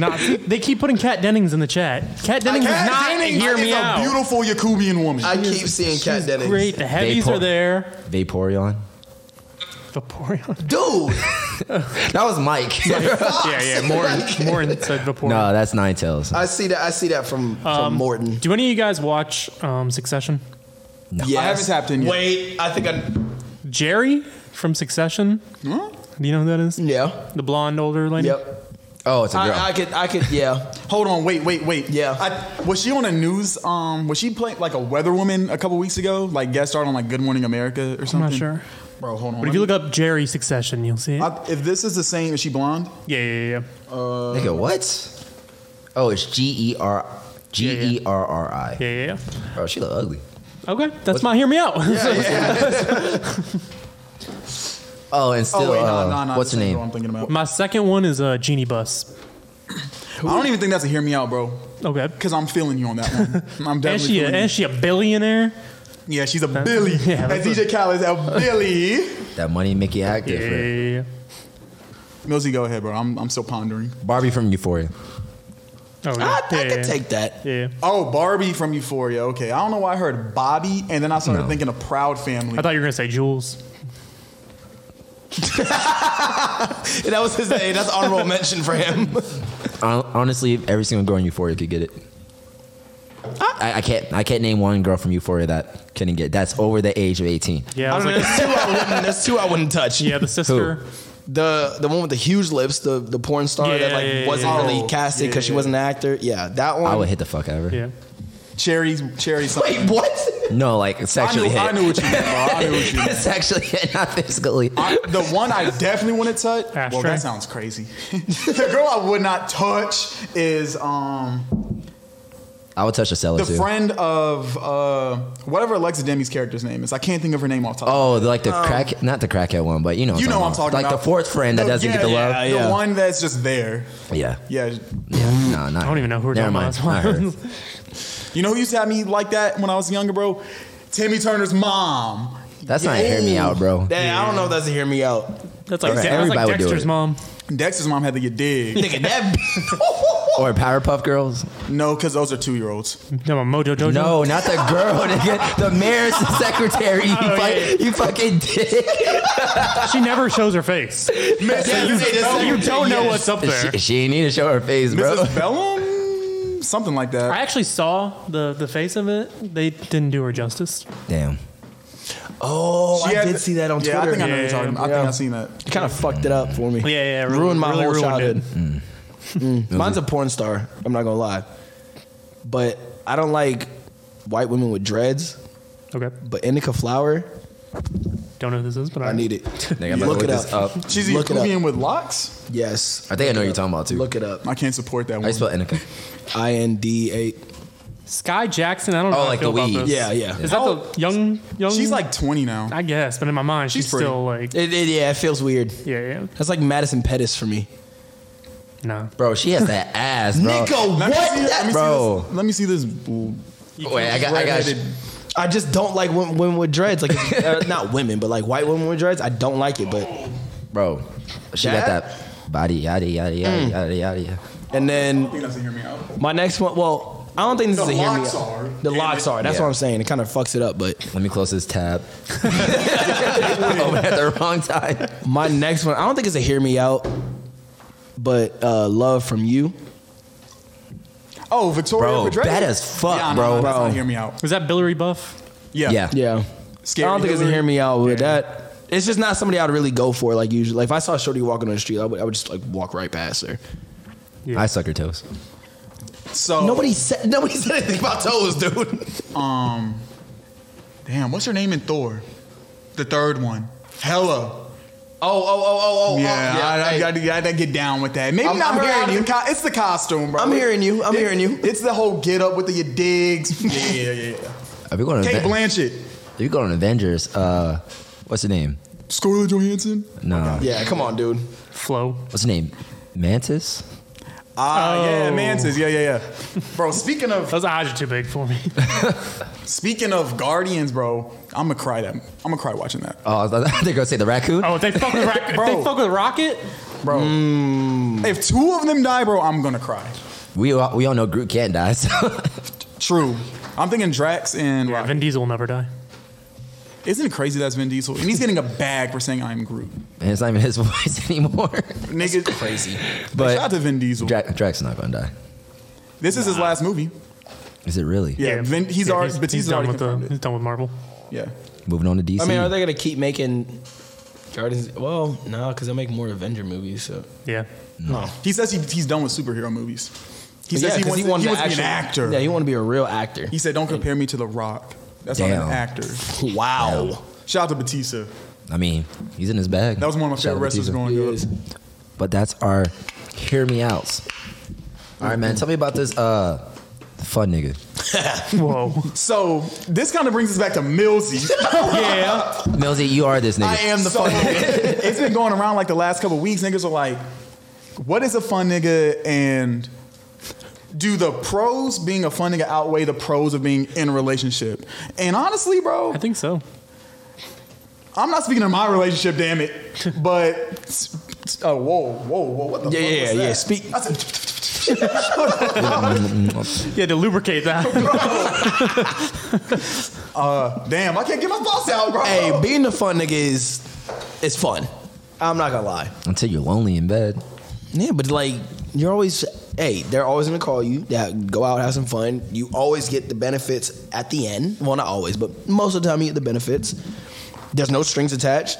C: Nah, see, they keep putting Kat Dennings in the chat. Kat Dennings
D: Kat
C: is not
D: Dennings
C: hear
D: is
C: me
D: a
C: out.
D: beautiful Yakubian woman.
E: I keep seeing Cat Dennings.
C: Great, the heavies
A: pour-
C: are there.
A: Vaporeon.
C: Vaporeon.
E: Dude,
A: That was Mike.
C: yeah, yeah. Morin, Morin said Vaporeon.
A: no, that's Nine Tails.
E: I see that. I see that from, from Morton.
C: Um, Do any of you guys watch um, Succession?
E: Yes.
D: I haven't tapped in yet.
E: Wait, I think I.
C: Jerry from Succession.
D: Huh?
C: Do you know who that is?
E: Yeah.
C: The blonde older lady.
E: Mm. Yep.
A: Oh, it's a girl.
E: I, I could. I could. Yeah.
D: Hold on, wait, wait, wait.
E: Yeah.
D: I, was she on a news? Um, was she playing like a weather woman a couple weeks ago? Like guest starred on like Good Morning America or something?
C: I'm not sure.
D: Bro, hold on.
C: But if you look up Jerry Succession, you'll see it.
D: I, if this is the same, is she blonde?
C: yeah, yeah, yeah.
A: Nigga, what? Oh, it's G E R G E R R I.
C: Yeah, yeah, yeah.
A: Bro, she look ugly.
C: Okay, that's my hear me out.
A: Oh, and still,
D: oh wait,
A: uh,
D: no, no, no.
A: what's her
D: this ain't what I'm
A: name?
D: thinking about.
C: my second one is uh, Genie Bus.
D: I don't even think that's a hear me out, bro.
C: Okay.
D: Cause I'm feeling you on that one. I'm
C: And
D: definitely.
C: she, a,
D: feeling you.
C: and she a billionaire.
D: yeah, she's a Billy.
C: yeah,
D: that's
C: that's
D: DJ Khaled, a Billy.
A: That money Mickey act
C: Yeah, yeah,
A: different.
C: yeah,
D: Millsy, go ahead, bro. I'm, I'm still pondering.
A: Barbie from Euphoria.
C: yeah.
E: I,
C: Oh, yeah. yeah,
E: I
C: yeah,
E: could take Ah, that.
C: yeah. yeah.
D: Oh, Barbie from Euphoria. Okay, I don't know why I heard Bobby, and then I started
A: No.
D: thinking of Proud Family.
C: I thought you were gonna say Jules.
E: That was his name. That's honorable mention for him.
A: Hon- Honestly, every single girl in Euphoria could get it. I, I can't. I can't name one girl from Euphoria that couldn't get. That's over the age of eighteen.
C: Yeah, I was like,
E: there's, two I wouldn't, there's two I wouldn't touch.
C: yeah, the sister.
E: The the one with the huge lips, the the porn star that
C: Yeah,
E: like
C: yeah,
E: wasn't
D: yeah.
E: really
D: Oh,
E: casted because she
D: yeah.
E: wasn't an actor. Yeah, that one.
A: I would hit the fuck out of her.
C: Yeah.
D: Cherry, Cherry. Something.
E: Wait, what?
A: No, like
D: I knew,
A: sexually
D: I
A: hit.
D: knew what you meant, bro. I knew what you meant.
A: sexually hit, not physically.
D: I- the one I definitely wouldn't touch. Well,
C: Ashtray.
D: that sounds crazy. the girl I would not touch is um,
A: I would touch a seller
D: the
A: too.
D: friend of uh, whatever Alexa Demi's character's name is. I can't think of her name off the top.
A: Oh, the- like the crack, not the crackhead one, but you know, what
D: Um, you know what I'm
A: about.
D: talking
A: like
D: about.
A: the fourth friend that
D: The-
A: doesn't get
D: yeah,
A: the love.
D: yeah,
E: yeah.
D: The one that's just there.
A: Yeah,
D: Yeah.
A: yeah. No, not
C: I don't even know who we're
A: Never
C: talking
A: mind.
C: about.
A: Not her.
D: You know who used to have me like that when I was younger, bro? Tammy Turner's mom.
A: That's not hear me out, bro.
E: Dang, I don't know if that's a hear me out.
C: That's like,
A: Alright,
C: that's like
A: everybody would do
C: Dexter's
A: it.
C: mom.
D: Dexter's mom had to get digged.
E: Nigga, that.
A: Or Powerpuff Girls.
D: No, because those are two year olds.
C: No, Mojo Jojo.
A: No, not the girl. nigga. The mayor's secretary. You,
C: Oh,
A: fuck-
C: yeah, yeah.
A: you fucking dick.
C: She never shows her face. you don't know what's up there.
A: She, she ain't need to show her face, bro.
D: Mrs. Bellum? Something like that.
C: I actually saw the the face of it. They didn't do her justice.
A: Damn.
E: Oh,
D: She
E: I
D: had
E: did
D: to-
E: see that on
D: yeah, I
E: Twitter.
D: think I know what you're talking about. I
E: Yeah.
D: think I've seen that.
E: It kind of fucked it up for me.
C: Yeah, yeah, really-
E: ruined my
C: really
E: whole
C: ruined
E: childhood.
C: it.
E: Mm. Mine's a porn star. I'm not gonna lie, but I don't like white women with dreads.
C: Okay,
E: But Indica Flower,
C: don't know who this is, but
E: I need it.
A: Nigga, I'm about to
E: Look
A: look
E: it
A: this
E: up.
A: up.
D: She's a
E: Look it up.
D: Yakubian with locks?
E: Yes,
A: I think I know what you're talking about too.
E: look it up.
D: I can't support that
A: How
D: one.
A: you spell Inika?
E: I N D A.
C: Sky Jackson. I don't know.
A: Oh,
C: how
A: like
C: I feel
A: the
C: about
A: weed.
C: this.
E: Yeah, yeah.
C: Is that the young young?
D: She's like 20 now.
C: I guess, but in my mind, she's,
D: She's pretty.
C: still like,
E: It, it- yeah, it feels weird.
C: yeah, yeah.
E: That's like Madison Pettis for me.
C: No.
A: Bro, she has that ass, bro.
E: Nico,
D: Let
E: what?
D: me see- let me
E: That-
D: see
A: Bro.
D: this- Let me see this. ooh,
A: Wait, I got, I got.
D: redheaded-
E: I just don't like wo- women with dreads. Like uh, not women, but like white women with dreads. I don't like it. But
A: Bro, she got
E: That?
A: that body, yada, yada, yada,
D: Mm.
A: yada, yada.
E: and then
D: You know, so hear me out.
E: my next one. Well, I don't think this
D: The
E: is a hear me.
D: locks
E: out.
D: are.
E: The locks are. That's
A: Yeah.
E: what I'm saying. It kind of fucks it up. But
A: Let me close this tab. Open at the wrong time.
E: my next one, I don't think it's a hear me out. But uh, love from you.
D: Oh, Victoria
A: Bro,
D: Pedretti.
A: bad as fuck,
D: yeah,
A: bro.
D: No, that's
E: Bro.
D: not hear me out.
C: Was that Billary Buff?
D: Yeah.
A: Yeah.
E: Yeah.
D: Scary
E: I don't think it's a
D: Hillary.
E: hear me out with that. It's just not somebody I'd really go for. Like usually, like if I saw Shorty walking on the street, I would, I would just like walk right past her.
A: I suck her toes.
D: So
E: Nobody said nobody said anything about toes, dude.
D: Um, damn, what's her name in Thor? The third one, Hella.
E: Oh, oh, oh, oh, oh.
D: Yeah,
E: oh,
D: I, I,
E: hey.
D: gotta, gotta get down with that. Maybe
E: I'm-
D: not
E: I'm
D: her
E: hearing
D: out of
E: you.
D: the co- it's the costume, bro.
E: I'm hearing you. I'm
D: It-
E: hearing you.
D: It's the whole get up with the your digs. yeah, yeah, yeah. yeah.
A: If you going to
D: Kate
A: Aven-
D: Blanchett,
A: if you go on Avengers, uh, what's her name?
D: Scarlett Johansson.
A: No.
E: Yeah, come on, dude.
C: Flo.
A: What's her name? Mantis?
D: Ah, yeah,
C: Oh.
D: Mantis. Yeah, yeah, yeah. Bro, speaking of
C: That was odds are too big for me.
D: speaking of Guardians, bro, I'm gonna cry that. I'm gonna cry watching that,
A: Oh, I thought they were going to say the raccoon.
C: Oh, if they fuck with Rocket. if
D: Bro.
C: they fuck with Rocket.
D: bro.
E: Mm.
D: If two of them die, bro, I'm gonna cry.
A: We, all, we all know Groot can't die, so.
D: True. I'm thinking Drax and Rocket.
C: Vin Diesel will never die.
D: Isn't it crazy that's Vin Diesel? And he's getting a bag for saying I'm Groot.
A: and it's not even his voice anymore.
D: Nigga, crazy. But shout out
A: But
D: to Vin Diesel.
A: Dra- Drax's not going to die.
D: this is his last movie.
A: Is it really?
D: Yeah, Vin, he's
C: Yeah,
D: already, but he's,
C: done
D: already
C: with the,
D: confirmed
C: he's
D: it.
C: done with Marvel.
D: Yeah,
A: Moving on to DC.
E: I mean, are they gonna keep making Guardians? Well, no, because they make more Avenger movies. So
C: Yeah.
E: no,
D: he says he, he's done with superhero movies. He
E: But yeah,
D: says
E: 'cause
D: he wants, he
E: wanted
D: wants to
E: to
D: be an
E: actually-
D: actor.
E: Yeah, he want to be a real actor.
D: he said, "Don't compare me to The Rock. That's why I'm
A: Damn.
D: an actor."
E: Wow.
D: Shout out to Batista.
A: I mean, he's in his bag.
D: That was one of my
A: Shout out
D: favorite
A: to
D: wrestlers
A: Diesel.
D: growing up.
A: But that's our hear me outs. All right, man. Tell me about this uh fun nigga.
C: Whoa.
D: So this kind of brings us back to Millsy.
C: yeah.
A: Millsy, you are this
D: I
A: nigga.
D: am the fun nigga. It's been going around like the last couple weeks. Niggas are like, what is a fun nigga? And do the pros being a fun nigga outweigh the pros of being in a relationship? And honestly, bro,
C: I think so.
D: I'm not speaking of my relationship, damn it. But, s- s- oh, whoa, whoa, whoa, what the
E: Yeah,
D: fuck?
E: yeah,
D: was
E: yeah,
D: that?
E: speak-
D: I said,
C: Yeah, to lubricate that.
D: uh, damn, I can't get my thoughts out, bro.
E: Hey, being the fun nigga is it's fun. I'm not gonna lie.
A: Until you're lonely in bed.
E: Yeah, but like you're always hey, they're always gonna call you. Yeah, go out, have some fun. You always get the benefits at the end. Well, not always, but most of the time you get the benefits. There's no strings attached.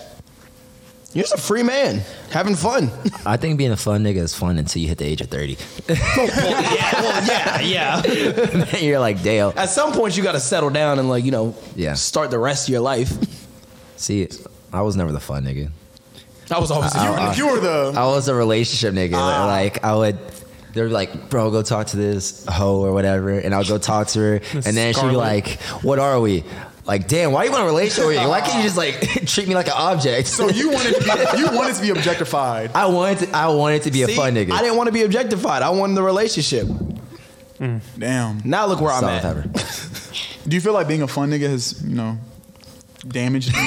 E: You're just a free man having fun.
A: I think being a fun nigga is fun until you hit the age of 30.
E: yeah, well, yeah, yeah.
A: you're like, Dale.
E: At some point, you got to settle down and like you know,
A: Yeah.
E: start the rest of your life.
A: See, I was never the fun nigga.
E: I was always
D: you, you were the.
A: I was a relationship nigga.
D: Ah.
A: Like I would, they'd be like, "Bro, go talk to this hoe or whatever," and I'll go talk to her, and then she'd be
C: Scarlet.
A: like, "What are we?" Like, damn, why you want a relationship with me? Why can't you just like treat me like an object?
D: So you wanted to be, you wanted to be objectified.
A: I wanted to, I wanted to be a
E: See,
A: fun nigga.
E: I didn't want to be objectified. I wanted the relationship.
D: Damn.
E: Now look where I'm
A: Salt
E: at.
A: and pepper.
D: Do you feel like being a fun nigga has, you know, damaged you?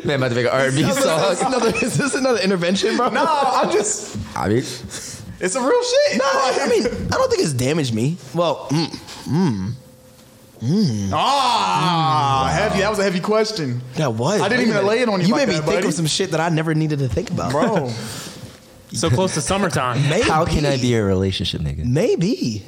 A: Man, I'm about to make an R&B song.
E: Is this another- is this another intervention, bro?
D: no, I'm just.
A: I mean,
D: It's a real shit.
E: No, I mean, I don't think it's damaged me. Well, mm,
D: ah, heavy. That was a heavy question,
E: that was.
D: I didn't even lay it on you
E: You
D: like
E: made me
D: that,
E: think
D: buddy.
E: of some shit that I never needed to think about.
D: bro.
C: so close to summertime.
E: Maybe.
A: how can I be a relationship nigga?
E: Maybe.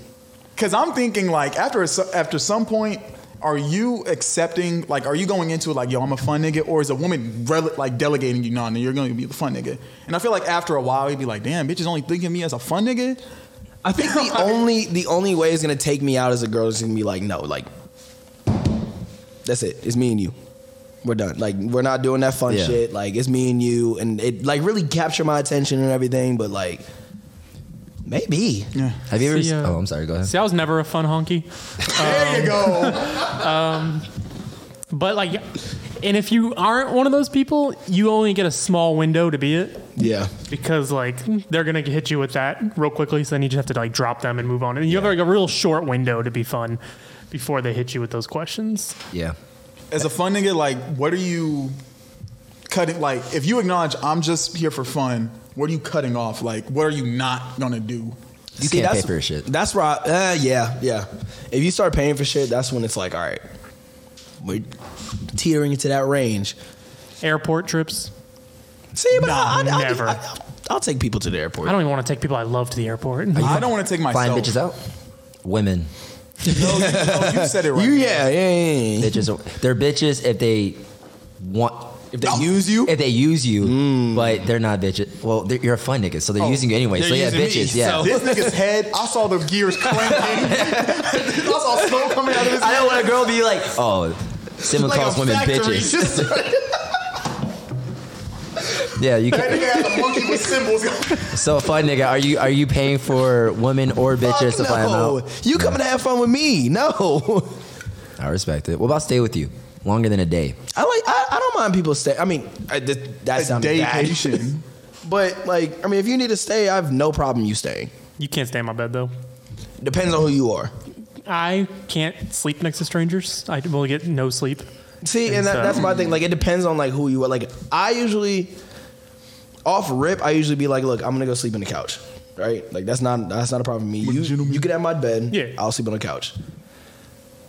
D: Because I'm thinking like after a, su- after some point, are you accepting? Like, are you going into it like, yo, I'm a fun nigga, or is a woman rel- like delegating you? No, no, you're going to be the fun nigga. And I feel like after a while, you'd be like, damn, bitch is only thinking of me as a fun nigga.
E: I think the only the only way is gonna take me out as a girl is gonna be like, no, like that's it. It's me and you. We're done. Like we're not doing that fun
A: Yeah.
E: shit. Like it's me and you, and it like really captured my attention and everything. But like, maybe.
A: Have you ever?
C: See, uh,
A: oh, I'm sorry. Go ahead.
C: See, I was never a fun honky.
D: There you go.
C: Um, But like And if you aren't one of those people, you only get a small window to be it
E: Yeah.
C: because like they're gonna hit you with that real quickly. So then you just have to like drop them and move on. And you have like a real short window to be fun before they hit you with those questions.
A: Yeah.
D: As a fun nigga, like, what are you cutting? Like, if you acknowledge I'm just here for fun, what are you cutting off? Like, what are you not gonna do?
A: You
E: See,
A: can't pay
E: that's-
A: for your shit.
E: That's right. Uh, yeah, yeah. If you start paying for shit, that's when it's like, all right, we're teetering into that range.
C: Airport trips.
E: See, but
C: Nah,
E: I, I, I,
C: never.
E: I, will take people to the airport.
C: I don't even want to take people I love to the airport.
D: I don't want to take myself.
A: Flying bitches out? Women.
D: Oh, you said it right.
E: you, yeah, yeah, yeah, yeah.
A: bitches are- they're bitches if they want if they
E: use you?
A: if they use you
E: Mm.
A: but they're not bitches well they're, you're a fun nigga so Oh. they're using you anyway
E: they're
A: so yeah
E: using me,
A: bitches yeah
D: This nigga's head, I saw the gears clanking. I saw smoke coming out of his
A: I
D: head.
A: don't want a girl to be like oh Simon
D: Like
A: calls
D: a
A: women
D: factory.
A: bitches
D: Just-
A: yeah you
D: that
A: can
D: nigga had a monkey with symbols.
A: so fun nigga are you are you paying for women or bitches to
E: Fuck
A: fly them
E: no.
A: out
E: You come and have fun with me. No.
A: I respect it what about stay with you longer than a day
E: I like. I, I don't mind people stay. I mean, I, th- that
D: A
E: sounded bad.
D: daycation.
E: But like, I mean, if you need to stay, I have no problem you staying.
C: You can't stay in my bed though.
E: Depends on who you are.
C: I can't sleep next to strangers. I will get no sleep.
E: See,
C: And
E: and
C: so-
E: that, that's my thing. Like, it depends on like who you are. Like, I usually off rip. I usually be like, look, I'm gonna go sleep on the couch. Right? Like, that's not that's not a problem. with Me, you
D: Legitimate.
E: you get at my bed.
C: Yeah.
E: I'll sleep on the couch.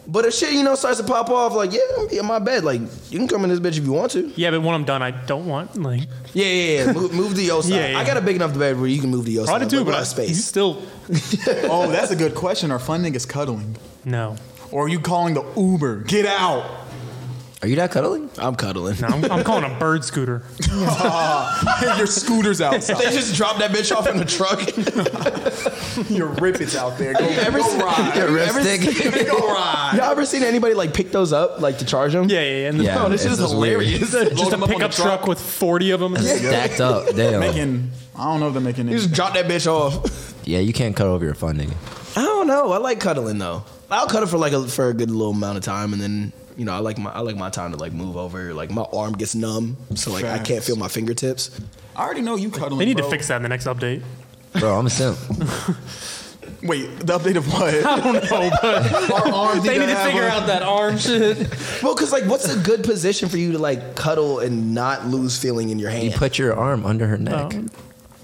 E: But if shit, you know, starts to pop off, like, yeah, I'm be in my bed. Like, you can come in this bitch if you want to.
C: Yeah, but when I'm done, I don't want like.
E: Yeah, yeah, yeah. Move, move to your side.
C: Yeah, yeah.
E: I got a big enough bed where you can move to your
C: I
E: side.
C: do too,
E: like,
C: but
E: less
C: I, you
E: space.
C: still
D: Oh, that's a good question. Are fun niggas cuddling?
C: no.
D: Or are you calling the Uber? Get out.
A: are you not cuddling
E: I'm cuddling.
C: No, I'm, I'm calling a bird scooter.
D: Your scooter's outside.
E: They just dropped that bitch off in the truck.
D: Your rippets out there. Go,
E: Every
D: go ride.
A: Your
E: Every-
A: ripstick?
D: go ride.
E: Y'all ever seen anybody like pick those up, like to charge them?
C: Yeah, yeah, yeah. And
A: Yeah.
E: No, this
A: it's
E: is
A: just weird.
E: hilarious.
C: Just
D: Load
C: a
D: 'em up on
C: pickup
D: the
C: truck. with 40 of them.
A: stacked up damn
D: Making, I don't know if they're making
E: You
D: it.
E: just drop that bitch off.
A: yeah you can't cut over your fun nigga
E: I don't know. I like cuddling though. I'll cuddle for like a for a good little amount of time, and then you know I like my I like my time to like move over. Like my arm gets numb, so like I can't
D: Facts.
E: feel my fingertips.
D: I already know you cuddling.
C: They need
D: bro.
C: to fix that in the next update.
A: bro I'm a simp
D: Wait, the update of what?
C: I don't know, but
D: Our arms
C: they need to
D: have
C: figure
D: a-
C: out that arm shit.
E: Well, because like what's a good position for you to like cuddle and not lose feeling in your hand?
A: you put your arm under her neck
E: Oh,
C: Um,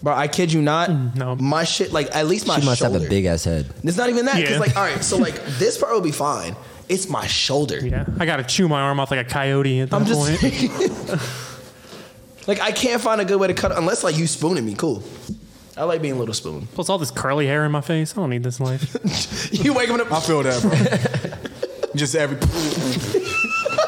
E: Bro, I kid you not.
C: Mm, no.
E: my shit like at least my
A: she must
E: shoulder.
A: have a big ass head
E: It's not even that.
C: Yeah.
E: Cause like, all right, so like this part will be fine. It's my shoulder.
C: Yeah, I gotta chew my arm off like a coyote at that
E: I'm just
C: point.
E: like I can't find a good way to cut unless like you spooning me. Cool. I like being a little spoon.
C: Plus all this curly hair in my face. I don't need this in life.
E: You wake up.
D: I
E: and-
D: feel that, bro. just every.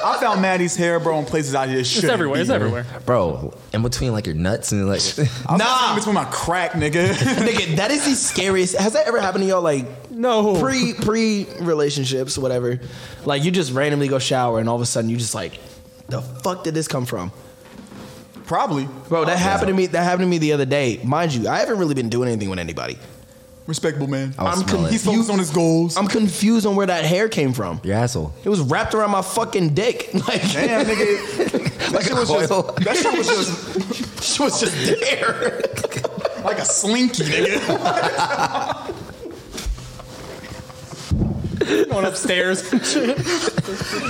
D: I found Maddie's hair, bro, in places I just
C: It's
D: shouldn't
C: everywhere.
D: be.
C: It's everywhere.
A: bro in between like your nuts and like
D: I was
E: Nah.
D: nah, between my crack, nigga.
E: Nigga, that is the scariest. Has that ever happened to y'all? Like
C: No.
E: pre pre relationships, whatever. Like you just randomly go shower and all of a sudden you just like, the fuck did this come from?
D: Probably,
E: Bro, that happened to me. That happened to me the other day. Mind you, I haven't really been doing anything with anybody.
D: respectable man.
A: I'll
E: I'm
A: smell
E: con-
A: it.
D: He's focused on his goals.
E: I'm confused on where that hair came from.
A: your asshole
E: It was wrapped around my fucking dick. Like
D: Damn, nigga. That shit was
A: coil.
D: just. That shit was just. shit was just there. like a slinky, nigga.
C: Going upstairs.
D: nigga.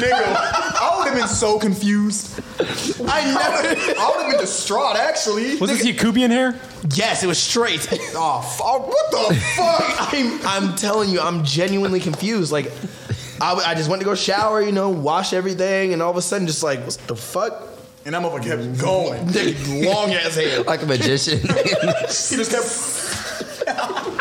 D: I would have been so confused. I never. I would have been distraught, actually.
C: Was this Yakubian hair?
E: yes, it was straight.
D: Oh, f- oh, what the fuck?
E: I'm I'm telling you, I'm genuinely confused. Like, I, w- I just went to go shower, you know, wash everything, and all of a sudden, just like, what the fuck?
D: And I'm over kept going.
E: Long ass hair.
A: like a magician.
D: He just kept.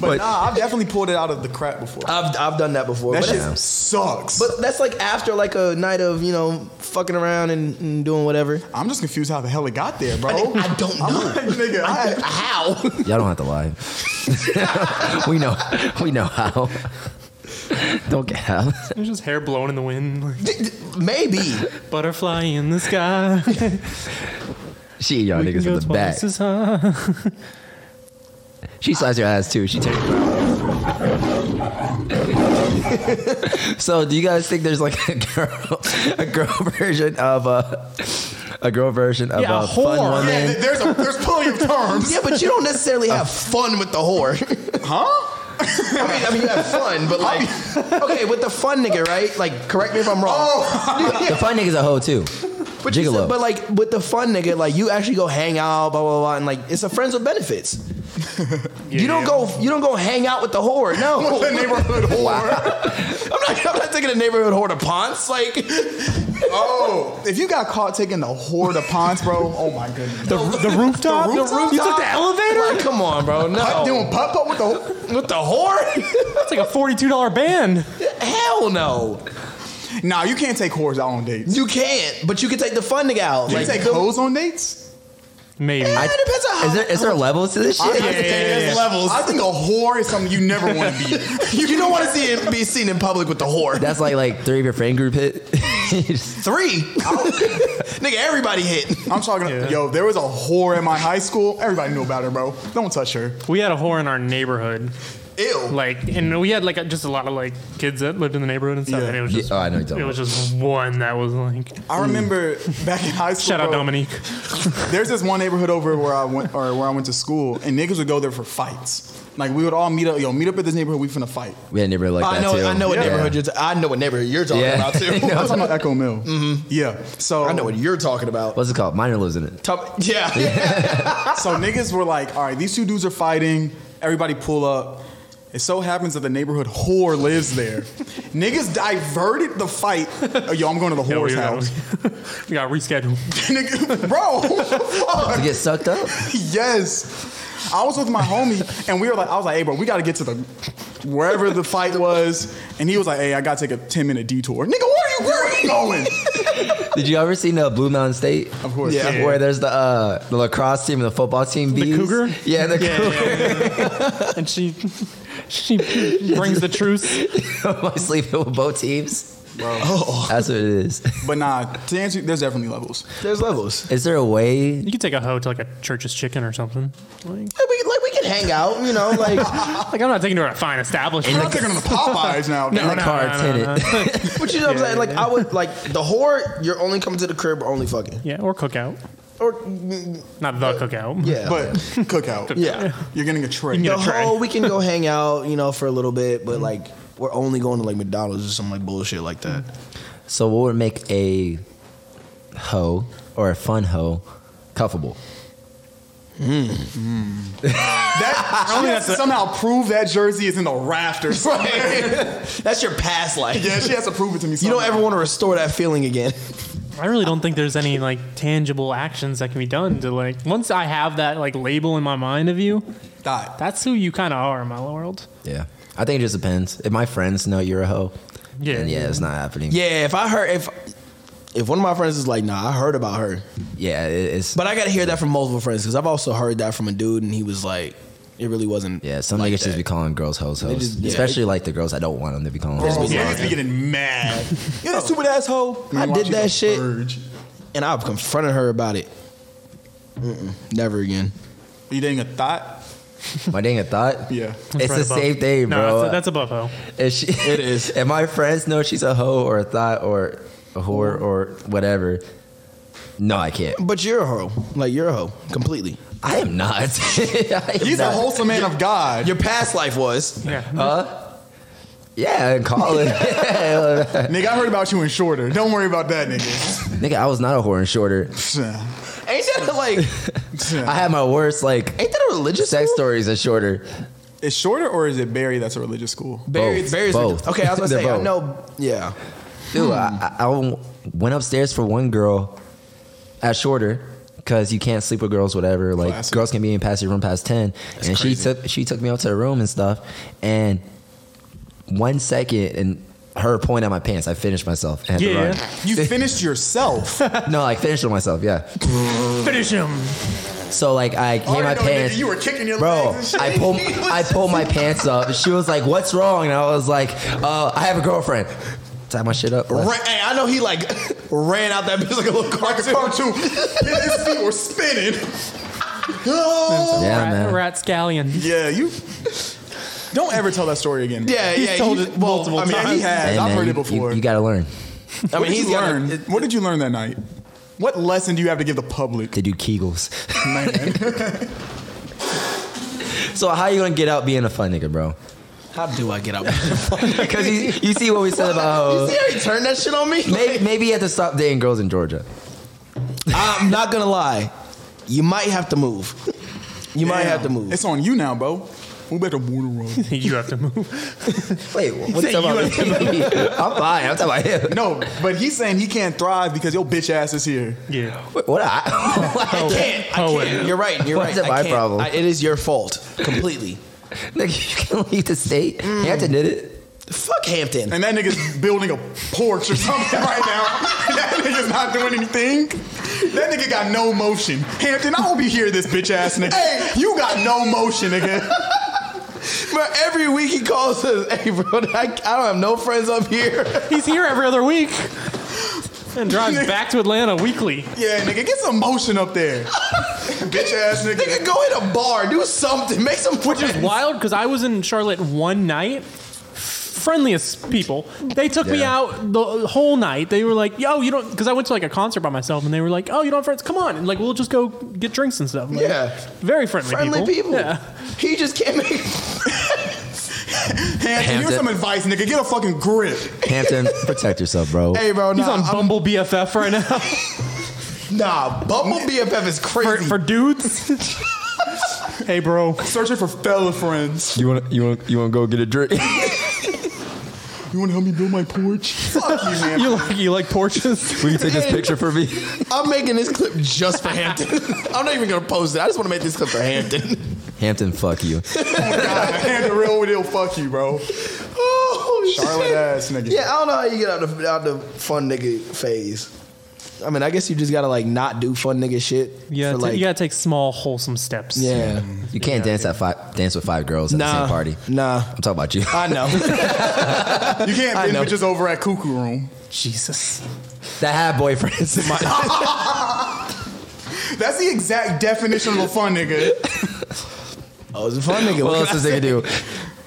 D: but,
A: But-
D: nah, I've definitely pulled it out of the crap before.
E: I've I've done that before.
D: that
E: but,
D: shit
E: that's,
D: sucks.
E: but that's like after like a night of you know fucking around and, and doing whatever.
D: I'm just confused how the hell it got there, bro.
E: I don't
D: I'm
E: know.
D: like, nigga, I,
E: How?
A: Y'all don't have to lie. we know. We know how. Don't get out.
C: There's just hair blowing in the wind. like,
E: Maybe.
C: butterfly in the sky.
A: She eat y'all niggas in the back.
C: twice as high.
A: She slides your ass too. She takes. So, do you guys think there's like a girl, a girl version of a, a girl version of
C: Yeah,
A: a,
C: a
A: fun
C: whore.
A: woman?
D: Yeah, there's a, there's plenty of terms.
E: Yeah, but you don't necessarily have fun with the whore.
D: Huh?
E: I mean, I mean, you have fun, but like, okay, with the fun nigga, right? Like, correct me if I'm wrong.
A: The fun nigga's a hoe too.
E: But you
A: Gigolo.
E: said- but like with the fun nigga, like you actually go hang out, blah blah blah, and like it's a friends with benefits. you don't go, you don't go hang out with the whore. No,
D: The neighborhood whore.
E: I'm not, I'm not taking a neighborhood whore to Ponce. Like
D: Oh, if you got caught taking the whore to Ponce, bro, oh my goodness.
C: The, the rooftop?
D: The rooftop?
C: You took the elevator?
E: Like, come on, bro. No,
D: Doing putt putt with the whore.
E: with the whore?
C: That's like a $42 band.
E: Hell no.
D: Nah, you can't take whores out on dates.
E: You can't, but you can take the fun nigga out.
D: You
E: Like,
D: take
E: the-
D: hoes on dates?
C: Maybe.
E: Eh, it depends on
A: Is there is there levels to this shit?
D: I think there's levels. I think a whore is something you never want to be.
E: you don't want to see it be seen in public with the whore.
A: That's like like three of your friend group hit.
E: Three, nigga, everybody hit.
D: I'm talking. Yo, there was a whore at my high school. Everybody knew about her, bro. Don't touch her.
C: We had a whore in our neighborhood.
D: Ew.
C: Like, and we had like a, just a lot of like kids that lived in the neighborhood and stuff.
D: Yeah.
C: And it was
A: Yeah,
C: just,
A: oh, I know what you're talking
C: it was just one that was like,
D: I remember back in high school.
C: shout out
D: bro,
C: Dominique.
D: There's this one neighborhood over where I went or where I went to school, and niggas would go there for fights. Like we would all meet up. Yo, meet up at this neighborhood. We finna fight.
A: we had a neighborhood like
E: I
A: that
E: know,
A: too.
E: I know what
A: Yeah.
E: neighborhood you're. T- I know what neighborhood you're talking
A: Yeah.
E: about too.
D: I'm talking about Echo Mill. Mm-hmm. Yeah. So
E: I know what you're talking about.
A: What's it called? Minor lives in it.
E: Tell me- yeah. yeah.
D: So niggas were like, all right, these two dudes are fighting. Everybody pull up. It so happens that the neighborhood whore lives there. niggas diverted the fight. Oh, yo, I'm going to the
C: Yeah,
D: whore's
C: we, got,
D: house.
C: we got rescheduled.
D: Nigga, Bro, what the fuck?
A: To get sucked up?
D: yes. I was with my homie, and we were like, I was like, hey, bro, we gotta get to the wherever the fight was. And he was like, hey, I gotta take a 10 minute detour. Nigga, where are you, where are you going?
A: Did you ever seen uh, Blue Mountain State?
D: Of course.
E: Yeah.
A: Where there's the uh, the lacrosse team and the football team. Bees.
C: cougar?
A: Yeah, the
C: Yeah,
A: cougar.
C: and she, she brings the truce.
A: Am I sleeping with both teams?
E: Oh.
A: That's what it is.
D: But nah, to answer, there's definitely levels.
E: There's levels.
A: Is there a way?
C: You could take a hoe to like a church's chicken or something. Like,
E: Yeah, we, like we can hang out, you know. Like,
C: like I'm not taking her to a fine establishment.
D: I'm not taking them to Popeyes now.
C: No,
D: dude.
C: no,
A: car
C: no, no,
A: tenant.
C: no.
E: but you know what I'm saying? Like, I would like the whore. You're only coming to the crib, or only fucking,
C: Yeah, or cookout.
E: or mm,
C: Not the cookout.
E: yeah,
D: But cookout.
E: yeah.
D: You're getting a tray.
C: You
E: The
C: get a tray.
E: whole we can go hang out, you know, for a little bit,
A: Mm.
E: but like we're only going to like McDonald's or some like bullshit like that.
A: So what would make a hoe or a fun hoe cuffable?
D: That, she has to somehow prove that jersey is in the rafters. somewhere.
E: That's your past life.
D: yeah, she has to prove it to me.
E: You
D: Somehow.
E: don't ever want to restore that feeling again.
C: I really don't think there's any like tangible actions that can be done to like once I have that like label in my mind of you,
D: die.
C: that's who you kind of are in my world.
A: Yeah, I think it just depends. If my friends know you're a hoe,
C: Yeah.
A: then yeah, it's not happening.
E: Yeah, if I heard if if one of my friends is like, nah, I heard about her,
A: yeah, it, it's
E: but I got to hear that from multiple friends because I've also heard that from a dude, and he was like, it really wasn't.
A: yeah. Some
E: like
A: niggas
E: that.
A: just be calling girls hoes hoes,
E: just- yeah.
A: especially like the girls I don't want them to be calling.
D: Oh,
A: Hoes.
D: niggas be getting mad.
E: You're a stupid asshole. I
D: Meanwhile,
E: did
D: she's a
E: that shit,
D: purge.
E: and I've confronted her about it. Mm-mm, never again.
D: You dating a thought?
A: My dang a thought.
D: Yeah.
A: It's
C: Right
A: the
C: above-
A: same thing,
C: no,
A: bro.
C: That's, that's above hoe.
A: If she, it is. If my friends know she's a hoe or a thought or a whore or whatever, no, I can't.
E: But you're a hoe. Like you're a hoe completely.
A: I am not. I am
D: He's a
A: not.
D: wholesome man of God.
E: Your past life was.
C: Yeah.
A: Huh? Yeah, in college.
D: Nigga, I heard about you in shorter. Don't worry about that, nigga.
A: Nigga, I was not a whore and shorter.
E: Ain't that like?
A: I had my worst like
E: ain't that a religious
A: sex
E: school?
A: stories and shorter.
D: Is shorter or is it Barry that's a religious school?
E: Barry,
A: Both.
E: Barry's
A: Both.
E: Okay, I was gonna
A: They're
E: say. I
A: both.
E: know. Yeah.
A: Dude, I, I- I w- went upstairs for one girl at shorter because you can't sleep with girls, whatever. Like
D: Classic.
A: girls can be in past your room past ten, and she
E: crazy.
A: took she took me up to her room and stuff. And one second, and her point at my pants, I finished myself. And had
C: Yeah.
A: to
D: You finished yourself. I
A: run. no, I finished with myself. Yeah.
C: Finish him.
A: So like I came
D: already
A: my
D: know, nigga,
A: pants.
D: You were kicking your
A: Bro,
D: legs and shit.
A: I pulled I pulled my pants up. She was like, "What's wrong?" And I was like, uh, "I have a girlfriend." Tie my shit up. left.
E: Ran, hey, I know he like ran out that bitch like a little
D: Like a
E: cartoon.
D: cartoon. His feet were spinning.
A: Yeah,
C: rat,
A: man.
C: rat scallion.
D: Yeah, you. Don't ever tell that story again. bro.
E: Yeah,
D: He's
E: yeah,
D: Told
E: he's-
D: it
E: well,
D: multiple
E: I mean, he
D: times.
E: has.
D: I've
A: Hey, man,
D: heard
A: you-
D: it before.
A: You, you gotta learn.
E: I
D: what
E: mean,
D: did
E: he's
D: you
E: got a-
D: learn?
E: it-
D: what did you learn that night? What lesson do you have to give the public?
A: They do Kegels.
D: Man,
A: so how you gonna get out being a fun nigga, bro?
E: How do I get up?
A: Because you, you see what we said about
E: you see how he turned that shit on me?
A: maybe maybe you have to stop dating girls in Georgia.
E: I'm not gonna lie. You might have to move. You might have to move.
D: It's on you now, bro. We better border road.
C: you have to move.
A: Wait, what's up? I'm fine. I'm talking about him.
D: No, but he's saying he can't thrive because your bitch ass is here.
C: Yeah.
A: What? what I,
E: can't.
C: Oh,
E: I
C: wait.
E: can't. You're right. You're
A: Why
E: right.
A: is it
E: I
A: my
E: can't.
A: problem?
E: I- it is your fault completely.
A: Nigga, you can leave the state. You have to knit it.
E: Fuck Hampton.
D: And that nigga's building a porch or something right now. that nigga's not doing anything. That nigga got no motion. Hampton, I won't be here, this bitch ass nigga. Hey, you got no motion, nigga.
E: But every week he calls us, "Hey, bro, I, I don't have no friends up here."
C: He's here every other week and drives back to Atlanta weekly.
D: Yeah, nigga, get some motion up there. bitch ass nigga.
E: Nigga, go hit a bar, do something, make some.
C: Which is
E: friends.
C: wild because I was in Charlotte one night. Friendliest people. They took me
A: Yeah.
C: out the whole night. They were like, "Yo, you don't," because I went to like a concert by myself, and they were like, "Oh, you don't have friends? Come on!" And like, we'll just go get drinks and stuff. Like,
E: Yeah.
C: very friendly,
E: Friendly people.
C: Yeah,
E: He just can't make.
D: Hampton, here's
A: Hampton.
D: some advice, nigga. Get a fucking grip.
A: Hampton, protect yourself, bro.
E: Hey, bro,
C: he's
E: nah,
C: on
E: Oh, I'm-
C: Bumble BFF right now
E: nah. Bumble BFF is
C: for,
E: crazy.
C: for dudes. hey, bro,
D: Searching for fella friends.
A: You want you want you want to go get a drink?
D: You wanna help me build my porch? Fuck you, man.
C: you like you like porches?
A: Will you take this picture for me?
E: I'm making this clip just for Hampton. I'm not even gonna post it. I just want to make this clip for Hampton.
A: Hampton, fuck you.
D: Hampton, real deal, fuck you, bro.
E: oh,
D: Charlotte
E: shit.
D: ass nigga.
E: Yeah, I don't know how you get out the out the fun nigga phase. I mean, I guess you just gotta like not do fun nigga shit.
C: Yeah,
E: for,
C: t-
E: like,
C: you gotta take small, wholesome steps.
E: yeah.
A: You can't dance at five dance with five girls at the
E: Nah,
A: same party.
E: nah.
A: I'm talking about you.
E: I know.
D: You can't
E: I
D: bend
E: know.
D: bitches over at Cuckoo Room.
C: Jesus.
A: That had boyfriends.
D: That's the exact definition of a fun nigga.
E: I was a fun nigga.
A: what
E: What
A: else
E: can
A: does
E: I
A: they
E: say?
A: do?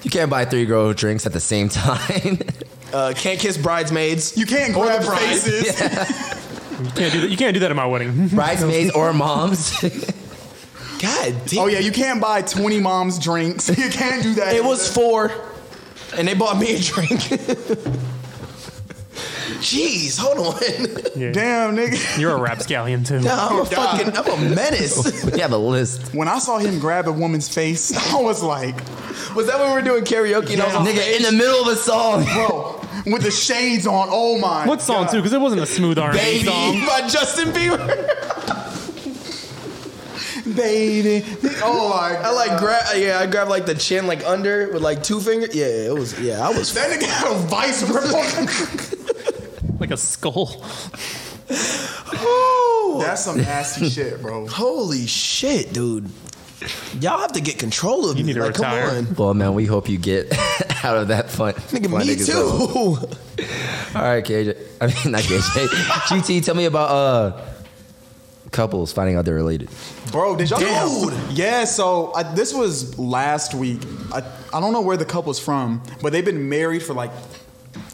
A: You can't buy three girl drinks at the same time.
E: Uh, can't kiss bridesmaids.
D: You can't grab faces.
C: You can't do that. You can't do that at my wedding.
A: Bridesmaids or moms.
E: God damn.
D: Oh yeah, you can't buy 20 moms drinks. You can't do that.
E: It was four, and they bought me a drink. Jeez, hold on.
C: Yeah.
D: damn nigga.
C: You're a rapscallion too.
E: I'm a fucking, I'm a menace.
A: we have a list.
D: When I saw him grab a woman's face, I was like,
E: Was that when we were doing karaoke? And I was on
A: Nigga, in
E: stage?
A: the middle of a song.
D: bro, with the shades on, oh my.
C: What song
D: God.
C: too? Because it wasn't a smooth R&B
E: Baby
C: song.
E: by Justin Bieber.
D: Baby. Oh my.
E: I like grab, yeah, I grabbed like the chin, like under with like two fingers. Yeah, it was, yeah, I was.
D: That nigga had a vice grip.
C: like a skull.
E: Ooh,
D: That's some nasty shit, bro.
E: holy shit, dude. Y'all have to get control of
C: You
E: me.
C: need to
E: like,
C: retire.
E: Come on.
A: Well, man, we hope you get out of that fun.
E: Nigga,
A: fun
E: me
A: niggas level.
E: too.
A: All right, KJ. I mean, not KJ. GT, tell me about uh couples finding out they're related.
D: Bro, did y'all
E: Dude.
D: Yeah, so I, this was last week. I, I don't know where the couple's from, but they've been married for like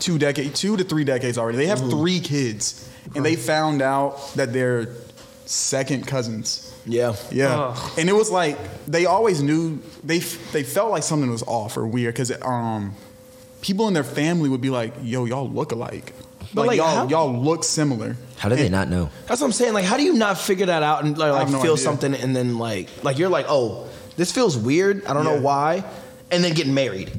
D: two decades, two to three decades already. They have three kids, and they found out that they're second cousins.
E: yeah.
D: Yeah,
C: Ugh.
D: and it was like they always knew they f- they felt like something was off or weird because um people in their family would be like, "Yo, y'all look alike."
E: But,
D: Like,
E: like,
D: y'all
E: how-
D: y'all look similar.
A: How did they not know?
E: That's what I'm saying. Like, how do you not figure that out and like,
D: have no
E: feel
D: idea.
E: something and then like like you're like, oh, this feels weird. I don't
D: Yeah.
E: know why. And then get married.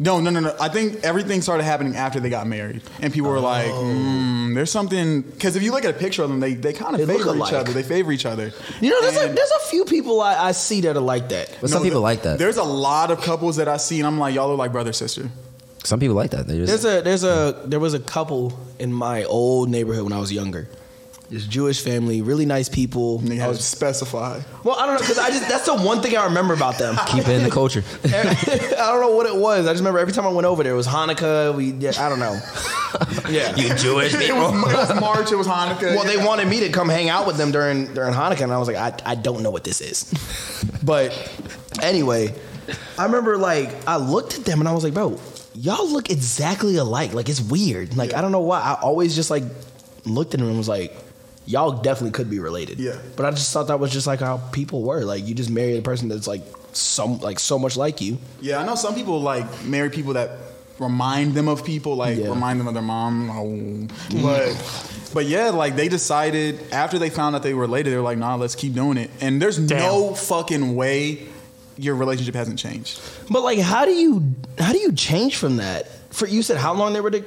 D: No, no, no, no. I think everything started happening after they got married, and people were like,
E: Oh.
D: mm, "There's something." Because if you look at a picture of them, they they kind
E: They
D: of
E: look
D: favor each
E: alike.
D: other. They favor each other.
E: You know, there's a,
D: And-
E: there's a few people I, I see that are like that.
A: But some
D: No,
A: people
D: th-
A: like that.
D: There's a lot of couples that I see, and I'm like, "Y'all are like brother sister."
A: Some people like that. They just
E: There's a there's a there was a couple in my old neighborhood when I was younger. This Jewish family, really nice people.
D: And they
E: I
D: have to
E: was,
D: specify.
E: well, I don't know because I just that's the one thing I remember about them.
A: keep it in the culture.
E: I don't know what it was. I just remember every time I went over there, it was Hanukkah. We, yeah, I don't know. Yeah,
A: you Jewish
D: It was, it was March. It was Hanukkah.
E: Well, they wanted me to come hang out with them during during Hanukkah, and I was like, I, I don't know what this is. but anyway, I remember like I looked at them and I was like, bro, y'all look exactly alike. Like it's weird. Like I don't know why. I always just like looked at them and was like, y'all definitely could be related.
D: Yeah.
E: But I just thought that was just like how people were. Like you just marry a person that's like some like so much like you.
D: Yeah, I know some people like marry people that remind them of people, like
E: Yeah.
D: remind them of their mom. Oh. But but yeah, like they decided after they found out they were related, they were like, nah, let's keep doing it. And there's no fucking way your relationship hasn't changed.
E: But like how do you how do you change from that? For you said how long they were to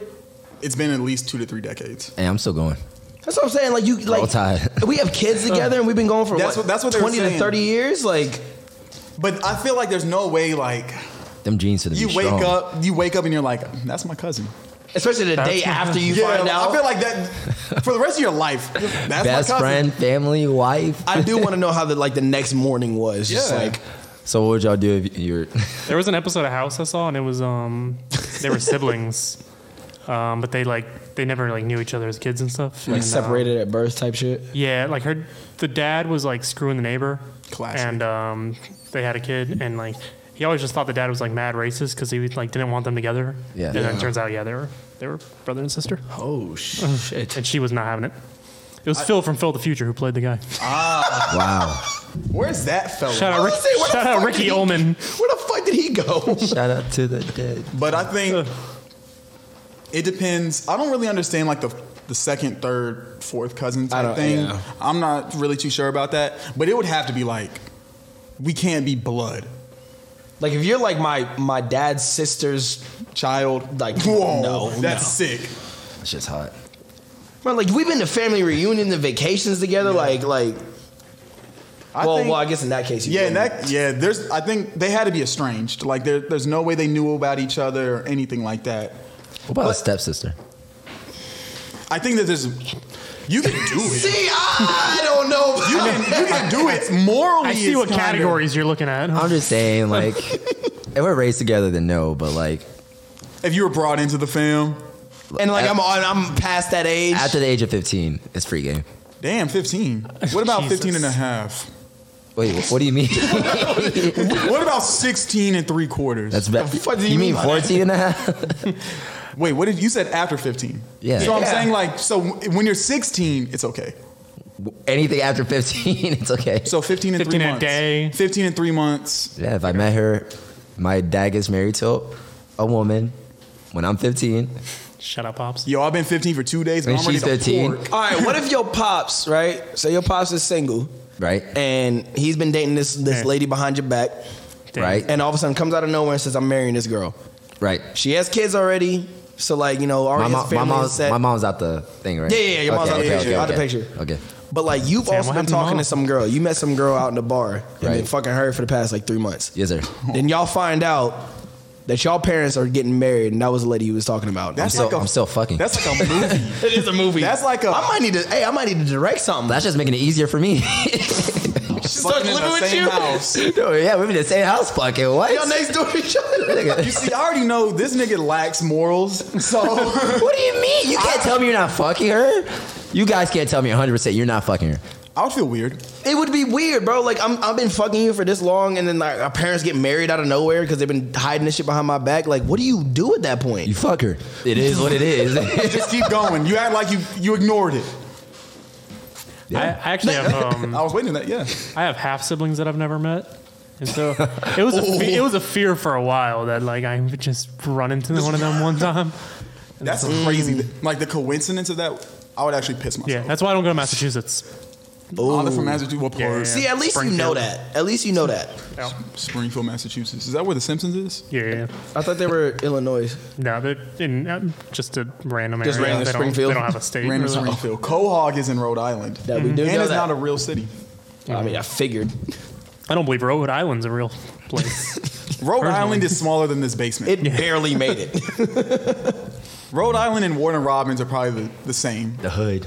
D: It's been at least two to three decades.
A: Hey, I'm still going.
E: that's what I'm saying. Like you like
A: All tied.
E: we have kids together and we've been going for
D: That's what- that's what they were
E: twenty to
D: saying.
E: thirty years. Like
D: But I feel like there's no way like
A: Them jeans for the
D: you wake up, you wake up and you're like, that's my cousin.
E: especially the
C: That's
E: day
C: what-
E: after you
D: Yeah,
E: find out.
D: I feel like that for the rest of your life. That's
A: Best
D: my cousin.
A: friend, family, wife.
E: I do want to know how the like the next morning was. Just
D: Yeah.
E: like
A: So what would y'all do if you were?
C: There was an episode of House I saw, and it was um, they were siblings, um, but they like they never like knew each other as kids and stuff.
E: like
C: And, uh,
E: separated at birth type shit.
C: yeah, like her, the dad was like screwing the neighbor,
D: Classic.
C: and um, they had a kid, and like he always just thought the dad was like mad racist because he like didn't want them together.
A: Yeah.
C: and then it turns out yeah they were they were brother and sister,
E: Oh shit!
C: and she was not having it. It was Phil from Phil the Future who played the guy.
A: wow.
D: Where's that fella?
C: Shout out, Rick,
E: say, what the
C: shout
E: fuck
C: out
E: did
C: Ricky
E: he-
C: Ullman.
E: Where the fuck did he go?
A: Shout out to the dead.
D: But I think it depends. I don't really understand like the the second, third, fourth cousin
E: I
D: type
E: don't-
D: thing.
E: yeah.
D: I'm not really too sure about that. But it would have to be like we can't be blood.
E: like if you're like my my dad's sister's child, like
D: Whoa,
E: no,
D: that's
E: no.
D: sick.
A: It's just hot.
E: Man, like we've been to family reunion, the vacations together. Like like
D: I
E: well
D: think,
E: well I guess in that case you
D: yeah, and
E: wouldn't.
D: that yeah. There's I think they had to be estranged. Like there, there's no way they knew about each other or anything like that.
A: What about a stepsister?
D: I think that there's you can do it.
E: See, I don't know.
D: You can, you can do it morally.
C: I see
D: it's
C: what
D: kinda-
C: categories you're looking at.
A: I'm just saying, like, if we're raised together, then no. But like,
D: If you were brought into the film,
E: and like
A: at-
E: I'm on, I'm past that age.
A: after the age of 15, it's free game.
D: damn, 15. What about
C: Jesus.
D: 15 and a half?
A: Wait, wh- what do you mean?
D: What about 16 and three quarters?
A: That's bad.
E: The fuck do you
A: you, mean
E: mean by that?
A: 14 and a half?
D: Wait, what did you said after 15?
A: Yeah.
D: So I'm
E: Yeah.
D: saying like, so when you're 16, it's okay.
A: Anything after 15, it's okay.
D: So 15 and
C: 15
D: three
C: a
D: months.
C: day.
D: 15 and three months.
A: Yeah, if I met her, my dad gets married to a woman when I'm 15,
C: Shut up, pops.
D: Yo, I've been 15 for two days. But
A: When
D: I'm ready
A: she's
D: to
A: 13.
D: fork.
E: All right, what if your pops right? So your pops is single.
A: right?
E: And he's been dating this this
C: Yeah.
E: lady behind your back,
C: Damn.
A: Right?
E: and all of a sudden comes out of nowhere and says, "I'm marrying this girl."
A: Right.
E: She has kids already, so like you know,
A: My,
E: already
A: mom,
E: has
A: my,
E: family
A: mom's,
E: set.
A: my mom's out the thing, right?
E: Yeah, yeah, yeah, your mom's out the picture, out the picture.
A: Okay.
E: but like you've
C: Damn,
E: also
C: what
E: been
C: happened to
E: talking to
C: mom?
E: some girl. You met some girl out in the bar and been
A: Right.
E: fucking her for the past like three months.
A: Yes, sir.
E: Then y'all find out that y'all parents are getting married, and that was the lady you was talking about.
A: I'm
D: That's
A: still,
D: like a-
A: I'm still fucking. That's,
D: That's like a movie.
E: it is a movie.
D: That's like a-
E: I might need to. Hey, I might need to direct something.
A: just making it easier for me.
E: Start
D: fucking in
E: living
D: the
E: with
D: same
E: you.
D: house.
A: no, yeah, we're in the same house fucking. What?
E: y'all next door to each other.
D: You see, I already know this nigga lacks morals. So
A: What do you mean? You can't tell me you're not fucking her? You guys can't tell me 100% you're not fucking her.
D: I would feel weird.
E: It would be weird, bro. Like I'm, I've been fucking you for this long, and then like our parents get married out of nowhere because they've been hiding this shit behind my back. Like, what do you do at that point?
A: You fuck her. It is what it is.
D: Just keep going. You act like you you ignored it.
C: I, I actually have um,
D: I was waiting for that. Yeah.
C: I have half siblings that I've never met. And so it was a
E: Oh.
C: fe- it was a fear for a while that like I would just run into one of them one time.
D: That's crazy. Like the coincidence of that, I would actually piss myself.
C: Mm. Yeah, that's why I don't go to Massachusetts.
D: Oh, they're from Massachusetts. What part?
C: Yeah, yeah, yeah.
E: See, at least you know
C: Springfield.
E: that. At least you know that.
D: Springfield, Massachusetts. Is that where The Simpsons is?
C: Yeah, yeah.
E: I thought they were Illinois.
C: no, but in um, just a random
E: Just
C: area.
E: random
C: they, don't,
E: Springfield.
C: they don't have a state.
D: Random
C: really.
D: Springfield. Quahog is in Rhode Island.
E: That we do
D: Mm-hmm. and
E: know
D: it's
E: that.
D: not a real city.
E: I mean, I figured
C: I don't believe Rhode Island's a real place.
D: Rhode Island is smaller than this basement.
E: it barely made it.
D: Rhode Island and Warner Robins are probably the, the same.
A: the hood.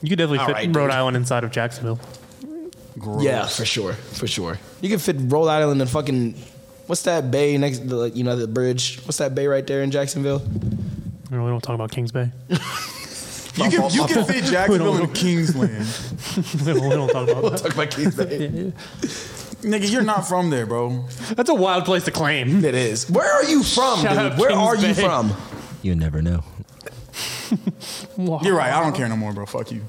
C: you could definitely
E: All
C: fit
E: right, dude.
C: Rhode Island inside of Jacksonville.
D: Gross.
E: yeah, for sure, for sure. You can fit Rhode Island and fucking what's that bay next? To the, like, you know, the bridge. What's that bay right there in Jacksonville?
C: You know, we don't talk about Kings Bay.
D: You can, you can fit Jacksonville and Kingsland.
C: we don't talk about that.
E: Talk about Keys Bay.
D: Nigga, you're not from there, bro.
C: That's a wild place to claim.
E: It is. Where are you from,
C: Shout
E: dude?
C: out
E: Where
C: Kings
E: are you
C: Bay.
E: from?
A: You never know
D: You're right. I don't care no more, bro. Fuck you.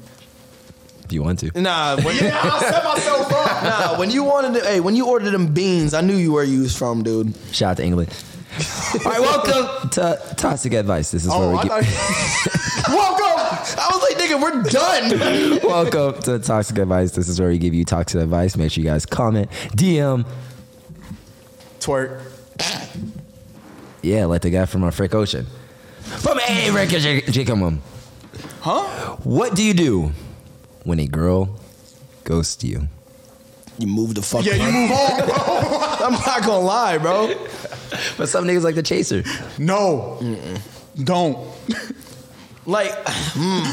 A: if you want to.
E: Nah, when,
B: Yeah, I'll set myself up.
E: nah. When you wanted, to, hey, when you ordered them beans, I knew you where you was from, dude.
A: Shout out to England.
E: All right, welcome.
A: To toxic advice. This is where
D: Oh,
A: we
D: I
A: get.
D: thought.
E: welcome. I was like, nigga, we're done.
A: Welcome to Toxic Advice. This is where we give you toxic advice. Make sure you guys comment, DM.
D: Twerk.
A: Yeah, like the guy from our Frick Ocean. From A Record Jacobum.
D: Huh?
A: What do you do when a girl ghosts you?
E: you moved the fuck.
D: Yeah,
E: up.
D: you move on, bro.
E: I'm not gonna lie, bro.
A: But some niggas like the chaser.
D: No. Don't.
E: Like,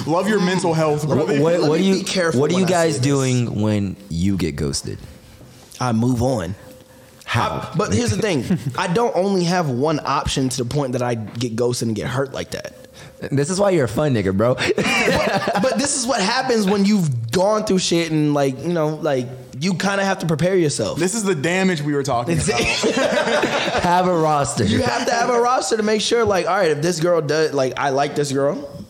D: Love your mental health, bro.
E: Let me-
A: what,
E: let
A: what
E: me
A: do you
E: be careful
A: What are
E: when
A: you
E: I say
A: guys
E: this.
A: doing when you get ghosted?
E: I move on.
A: How?
E: But here's the thing: I don't only have one option to the point that I get ghosted and get hurt like that.
A: this is why you're a fun nigga, bro.
E: but this is what happens when you've gone through shit and like you know like you kind of have to prepare yourself.
D: This is the damage we were talking about.
A: Have a roster.
E: You have to have a roster to make sure like all right if this girl does like I like this girl,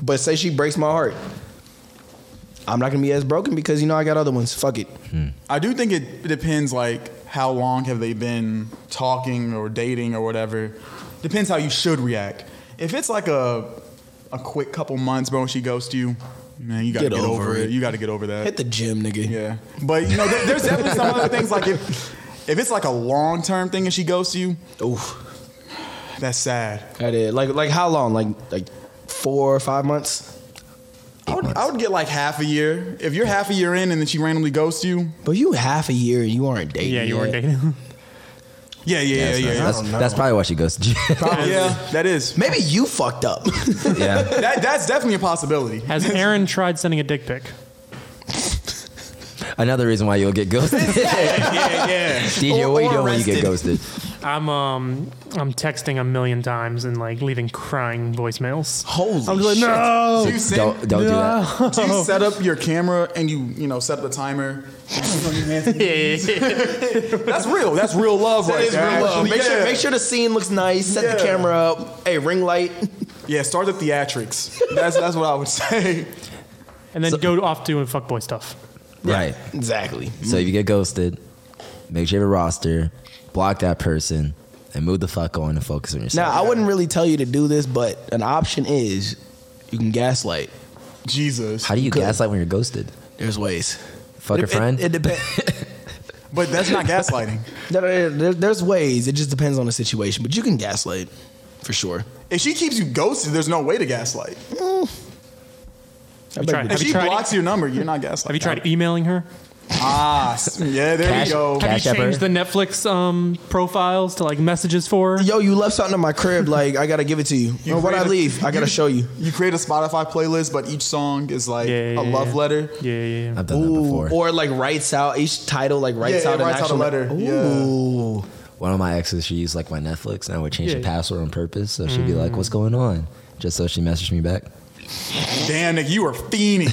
E: but say she breaks my heart, I'm not gonna be as broken because you know I got other ones. Fuck it.
D: I do think it depends, like how long have they been talking or dating or whatever. Depends how you should react. If it's like a a quick couple months, bro, when she ghosts you, man, you gotta
E: Get
D: get, over,
E: over
D: it.
E: it.
D: You gotta get over that.
E: Hit the gym, nigga.
D: Yeah, but you know, there, there's definitely some other things like if if it's like a long term thing and she ghosts you,
E: Oof.
D: that's sad.
E: That is like like how long? Like like four or five months.
D: I would, I would get like half a year. If you're half a year in and then she randomly ghosts you,
E: But you half a year and you aren't dating.
C: Yeah, you
E: yet.
C: weren't dating.
D: yeah, yeah, yeah, yeah. yeah.
A: that's, that's probably why she ghosted you.
D: yeah, that is.
E: Maybe you fucked up.
A: yeah.
D: That, that's definitely a possibility.
C: Has Aaron tried sending a dick pic?
A: Another reason why you'll get ghosted.
D: yeah, yeah.
A: DJ,
E: Or-
A: what you
E: or
A: doing when you get ghosted?
C: I'm um I'm texting a million times and like leaving crying voicemails.
E: Holy
C: I'm just like,
D: Do
C: no.
D: you, send,
A: Don't don't do that.
D: do
E: Oh.
D: you set up your camera and you you know set up the timer? That's real. That's real love, right?
E: It's
D: there,
E: real love.
D: actually.
E: Make sure,
D: Yeah.
E: make sure the scene looks nice. Set the
D: Yeah.
E: camera up. Hey, ring light.
D: Yeah, start the theatrics. That's that's what I would say.
C: And then go off doing fuckboy stuff.
A: Right.
E: Exactly.
A: So if you get ghosted, make sure you have a roster, block that person, and move the fuck on and focus on
E: Now,
A: yourself.
E: I wouldn't really tell you to do this, but an option is you can gaslight.
D: Jesus.
A: How do you
E: Good.
A: gaslight when you're ghosted?
E: There's ways.
A: Fuck your
E: It-
A: friend.
E: It, depends.
D: But that's not gaslighting.
E: there's ways. It just depends on the situation, but you can gaslight for sure.
D: If she keeps you ghosted, there's no way to gaslight.
E: I
C: you
E: bet
C: tried-
E: you-
D: If
C: Have
D: she
C: tried it?
D: blocks your number, you're not gaslighting.
C: Have you tried emailing her?
D: Ah, s- yeah, there
A: Cash-
D: you go.
A: cash-
C: Have
A: App
C: you changed
A: her?
C: the Netflix um profiles to like messages for her?
E: Yo, you left something in my crib. Like I gotta give it to you.
D: You
E: or when I
D: created-
E: leave, I gotta show you.
D: You create a Spotify playlist, but each song is like
C: Yeah, yeah,
D: a love
C: yeah.
D: letter.
C: Yeah, yeah, yeah.
A: I've done that before.
E: Or like writes out each title. Like writes
D: Yeah,
E: out
D: it
E: an
D: writes out a
E: actual
D: letter. Yeah.
E: Ooh.
A: One of my exes, she used like my Netflix, and I would change the
C: Yeah.
A: password on purpose. So she'd be like,
E: Mm.
A: "What's going on?" Just so she messaged me back.
D: Damn, nigga, you were fiending.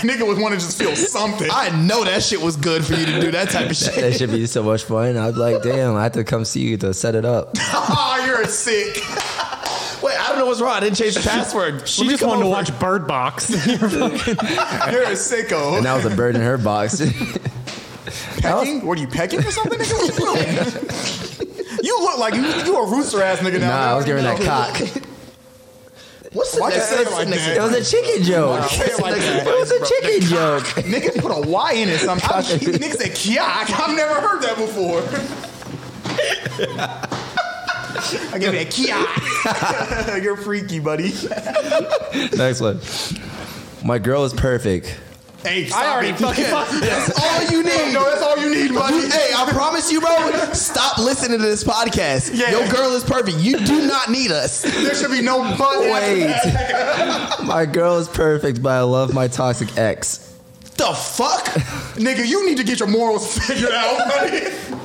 D: nigga would want to just feel something.
E: I know that shit was good for you to do that type of shit.
A: That should be so much fun. I'd be like, "Damn, I have to come see you to set it up."
D: Ah, you're sick.
E: Wait, I don't know what's wrong. I didn't change the password.
C: She just wanted to watch Bird Box.
D: You're a sicko.
A: And that was a bird in her box.
D: pecking? What are you pecking or something, nigga? What you doing? you look like you, you a rooster ass nigga now.
A: nah, I was giving that
D: No.
A: cock.
E: What's the
D: Why'd you
E: next?
D: say it
E: what's
D: like
E: the next-
D: that?
A: It was a chicken joke.
D: Nah, say it like
A: it
D: that.
A: was a chicken joke.
D: Niggas put a Y in it sometimes. Niggas said kiak. I've never heard that before. I give it a kiak. You're freaky, buddy.
A: Next one. My girl is perfect.
D: Hey, stop
C: already
D: it.
C: fucking-
D: That's all you need. No, that's all you need, buddy.
E: Hey, I promise you, bro. Stop listening to this podcast.
D: Yeah.
E: Your girl is perfect. You do not need us.
D: there should be no but. after
A: Wait.
D: that.
A: My girl is perfect, but I love my toxic ex.
E: The fuck?
D: Nigga, you need to get your morals figured
C: Oh
D: out, buddy.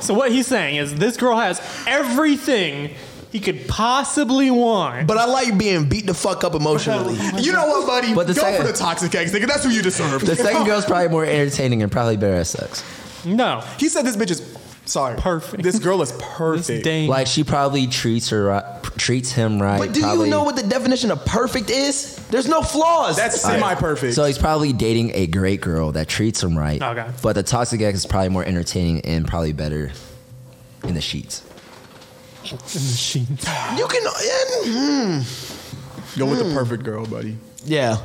C: so what he's saying is this girl has everything he could possibly want.
E: But I like being beat the fuck up emotionally.
D: You know what, buddy?
A: But the
D: Go
A: second-
D: for the toxic ex, nigga. That's who you deserve.
A: The second girl's probably more entertaining and probably better at sex.
C: No.
D: He said this bitch is sorry.
C: Perfect.
D: This girl is
C: This
D: perfect.
C: dang.
A: Like she probably treats her right, treats him right.
E: But do
A: probably-
E: you know what the definition of perfect is? There's no flaws.
D: That's semi perfect.
A: So he's probably dating a great girl that treats him right.
C: Okay.
A: But the toxic ex is probably more entertaining and probably better in the sheets.
C: machines.
E: you can. and- hmm.
D: Go with the perfect girl, buddy.
E: Yeah.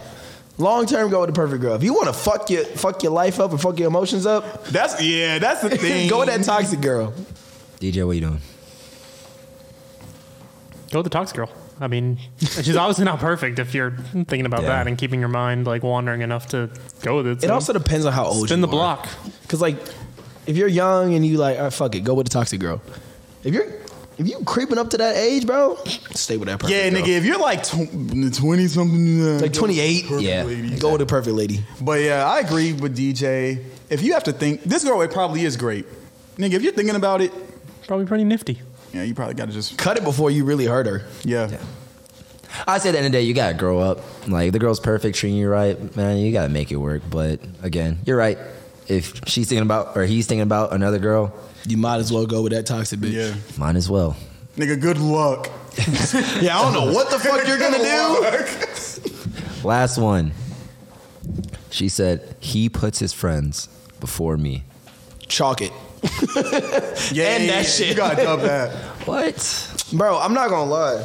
E: Long term, go with the perfect girl. If you want to fuck your fuck your life up and fuck your emotions up,
D: That's yeah. That's the thing.
E: go with that toxic girl.
A: DJ, what you doing?
C: Go with the toxic girl. I mean, she's obviously not perfect if you're thinking about
A: Yeah.
C: that and keeping your mind like wandering enough to go with it.
E: It
C: so
E: also depends on how old.
C: spin
E: Oh, you
C: the
E: are.
C: block.
E: Cause like, if you're young and you like, all right, fuck it, go with the toxic girl. If you're if you creeping up to that age, bro, stay with that perfect.
D: yeah,
E: girl.
D: nigga. If you're like twenty something,
E: Like 28,
A: Yeah.
E: go with the perfect lady.
D: But yeah, I agree with DJ. If you have to think, this girl it probably is great, nigga. If you're thinking about it,
C: Probably pretty nifty.
D: yeah, you probably gotta just
E: Cut it before you really hurt her.
D: yeah.
A: I say at the end of the day, you gotta grow up. Like the girl's perfect, treating you right, man. You gotta make it work. But again, you're right. If she's thinking about or he's thinking about another girl,
E: You might as well go with that toxic bitch.
D: Yeah.
A: mine as well.
D: Nigga, good luck. yeah, I don't know what the fuck you're gonna do.
A: Last one. She said he puts his friends before me.
E: Chalk it,
D: Yeah,
E: And
D: yeah,
E: that
D: yeah.
E: shit.
D: You gotta dub that.
A: What?
E: bro. I'm not gonna lie.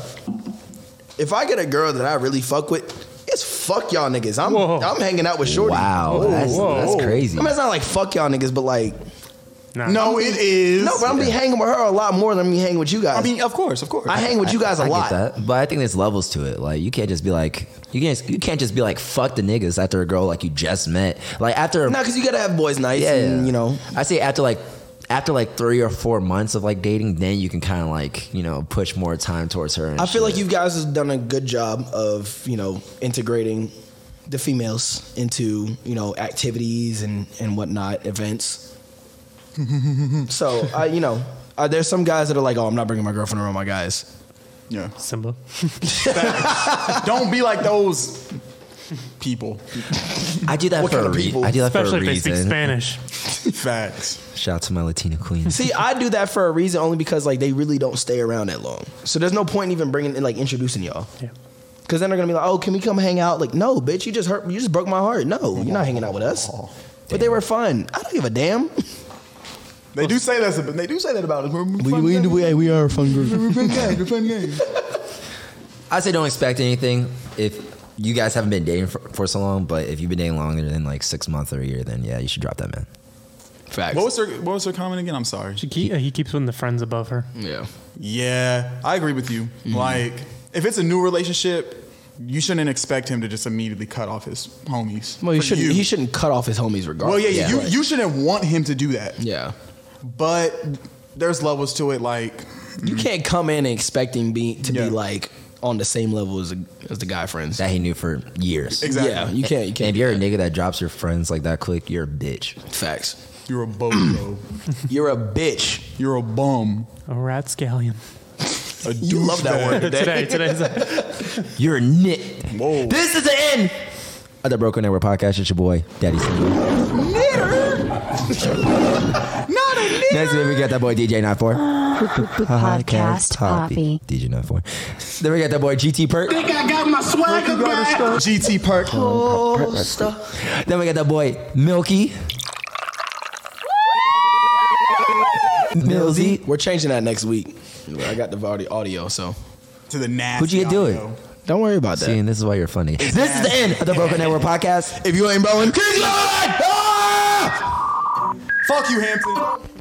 E: If I get a girl that I really fuck with, it's fuck y'all niggas. I'm
C: Whoa.
E: I'm hanging out with shorty.
A: Wow, that's,
C: whoa,
A: that's
C: whoa.
E: I
A: crazy.
E: mean, it's not like fuck y'all niggas, but like,
C: Nah.
D: No, it is.
E: no, but I'm be hanging with her a lot more than I'm be hanging with you guys.
D: I mean, of course, of course.
E: I hang with you guys a
A: I
E: lot.
A: Get that, but I think there's levels to it. Like you can't just be like you can't you can't just be like fuck the niggas after a girl like you just met. Like after
E: No, because you gotta have boys' nights,
A: yeah,
E: and, you know.
A: I say after like after like three or four months of like dating, then you can kind of like you know push more time towards her. And
E: I feel
A: shit.
E: like you guys have done a good job of you know integrating the females into you know activities and and whatnot events. so I you know uh, there's some guys that are like, oh, I'm not bringing my girlfriend around my guys.
D: yeah.
C: Simba.
D: Don't be like those people.
A: I do that
E: What
A: for
E: kind
A: a
E: of
A: reason.
E: people?
A: I do that
C: Especially
A: for
C: if
A: a
C: they speak
A: reason.
C: Spanish.
D: Facts.
A: Shout out to my Latina queens.
E: See, I do that for a reason, only because like they really don't stay around that long. So there's no point in even bringing in like introducing y'all.
C: Yeah.
E: Cause then they're gonna be like, oh, can we come hang out? Like, no, bitch, you just hurt, you just broke my heart. No, you're not hanging out with us. But they were fun. I don't give a damn.
D: They do say that. They do say that about us. We're fun guys.
E: we are a fun group.
D: We're fun guys. We're fun guys.
A: I say don't expect anything if you guys haven't been dating for, for so long. But if you've been dating longer than like six months or a year, then yeah, you should drop that man.
E: Facts.
D: What was her What was her comment again? I'm sorry.
C: She keep, he keeps putting the friends above her.
E: yeah.
D: Yeah, I agree with you.
E: Mm-hmm.
D: Like, if it's a new relationship, you shouldn't expect him to just immediately cut off his homies.
E: Well, he
D: For
E: shouldn't.
D: you.
E: He shouldn't cut off his homies regardless.
D: Well, yeah, you
E: Like,
D: you shouldn't want him to do that.
E: yeah.
D: But there's levels to it. Like,
E: You can't come in expecting be, to
D: Mm-hmm. Yeah.
E: be like on the same level as the, as the guy friends.
A: That he knew for years.
D: Exactly.
E: Yeah, you can't. You
A: And if
E: can't.
A: you're a nigga that drops your friends like that quick, you're a bitch.
E: Facts.
D: you're a bozo.
E: You're a bitch.
D: you're a bum.
C: A rat scallion.
D: A
E: You love that word.
C: today, today's
A: You're a nit.
D: Whoa.
A: This is the end of the Broken Network podcast. It's your boy, Daddy Single.
D: Not a nigga.
A: Next week, we got that boy, DJ Not Four.
F: Podcast Poppy.
A: DJ Not Four. Then we got that boy, GT Perk.
G: Think I got my swagger back.
D: GT Park.
A: Then we got that boy, Milky. Millsy.
E: We're changing that next week. I got the audi- audio, so
D: To the nasty.
A: Who'd you do it?
D: audio.
E: don't worry about that.
A: See, and this is why you're funny. This is the end of the Broken Network podcast.
E: If you ain't bowing, keep going.
D: Ah! Fuck you, Hampton.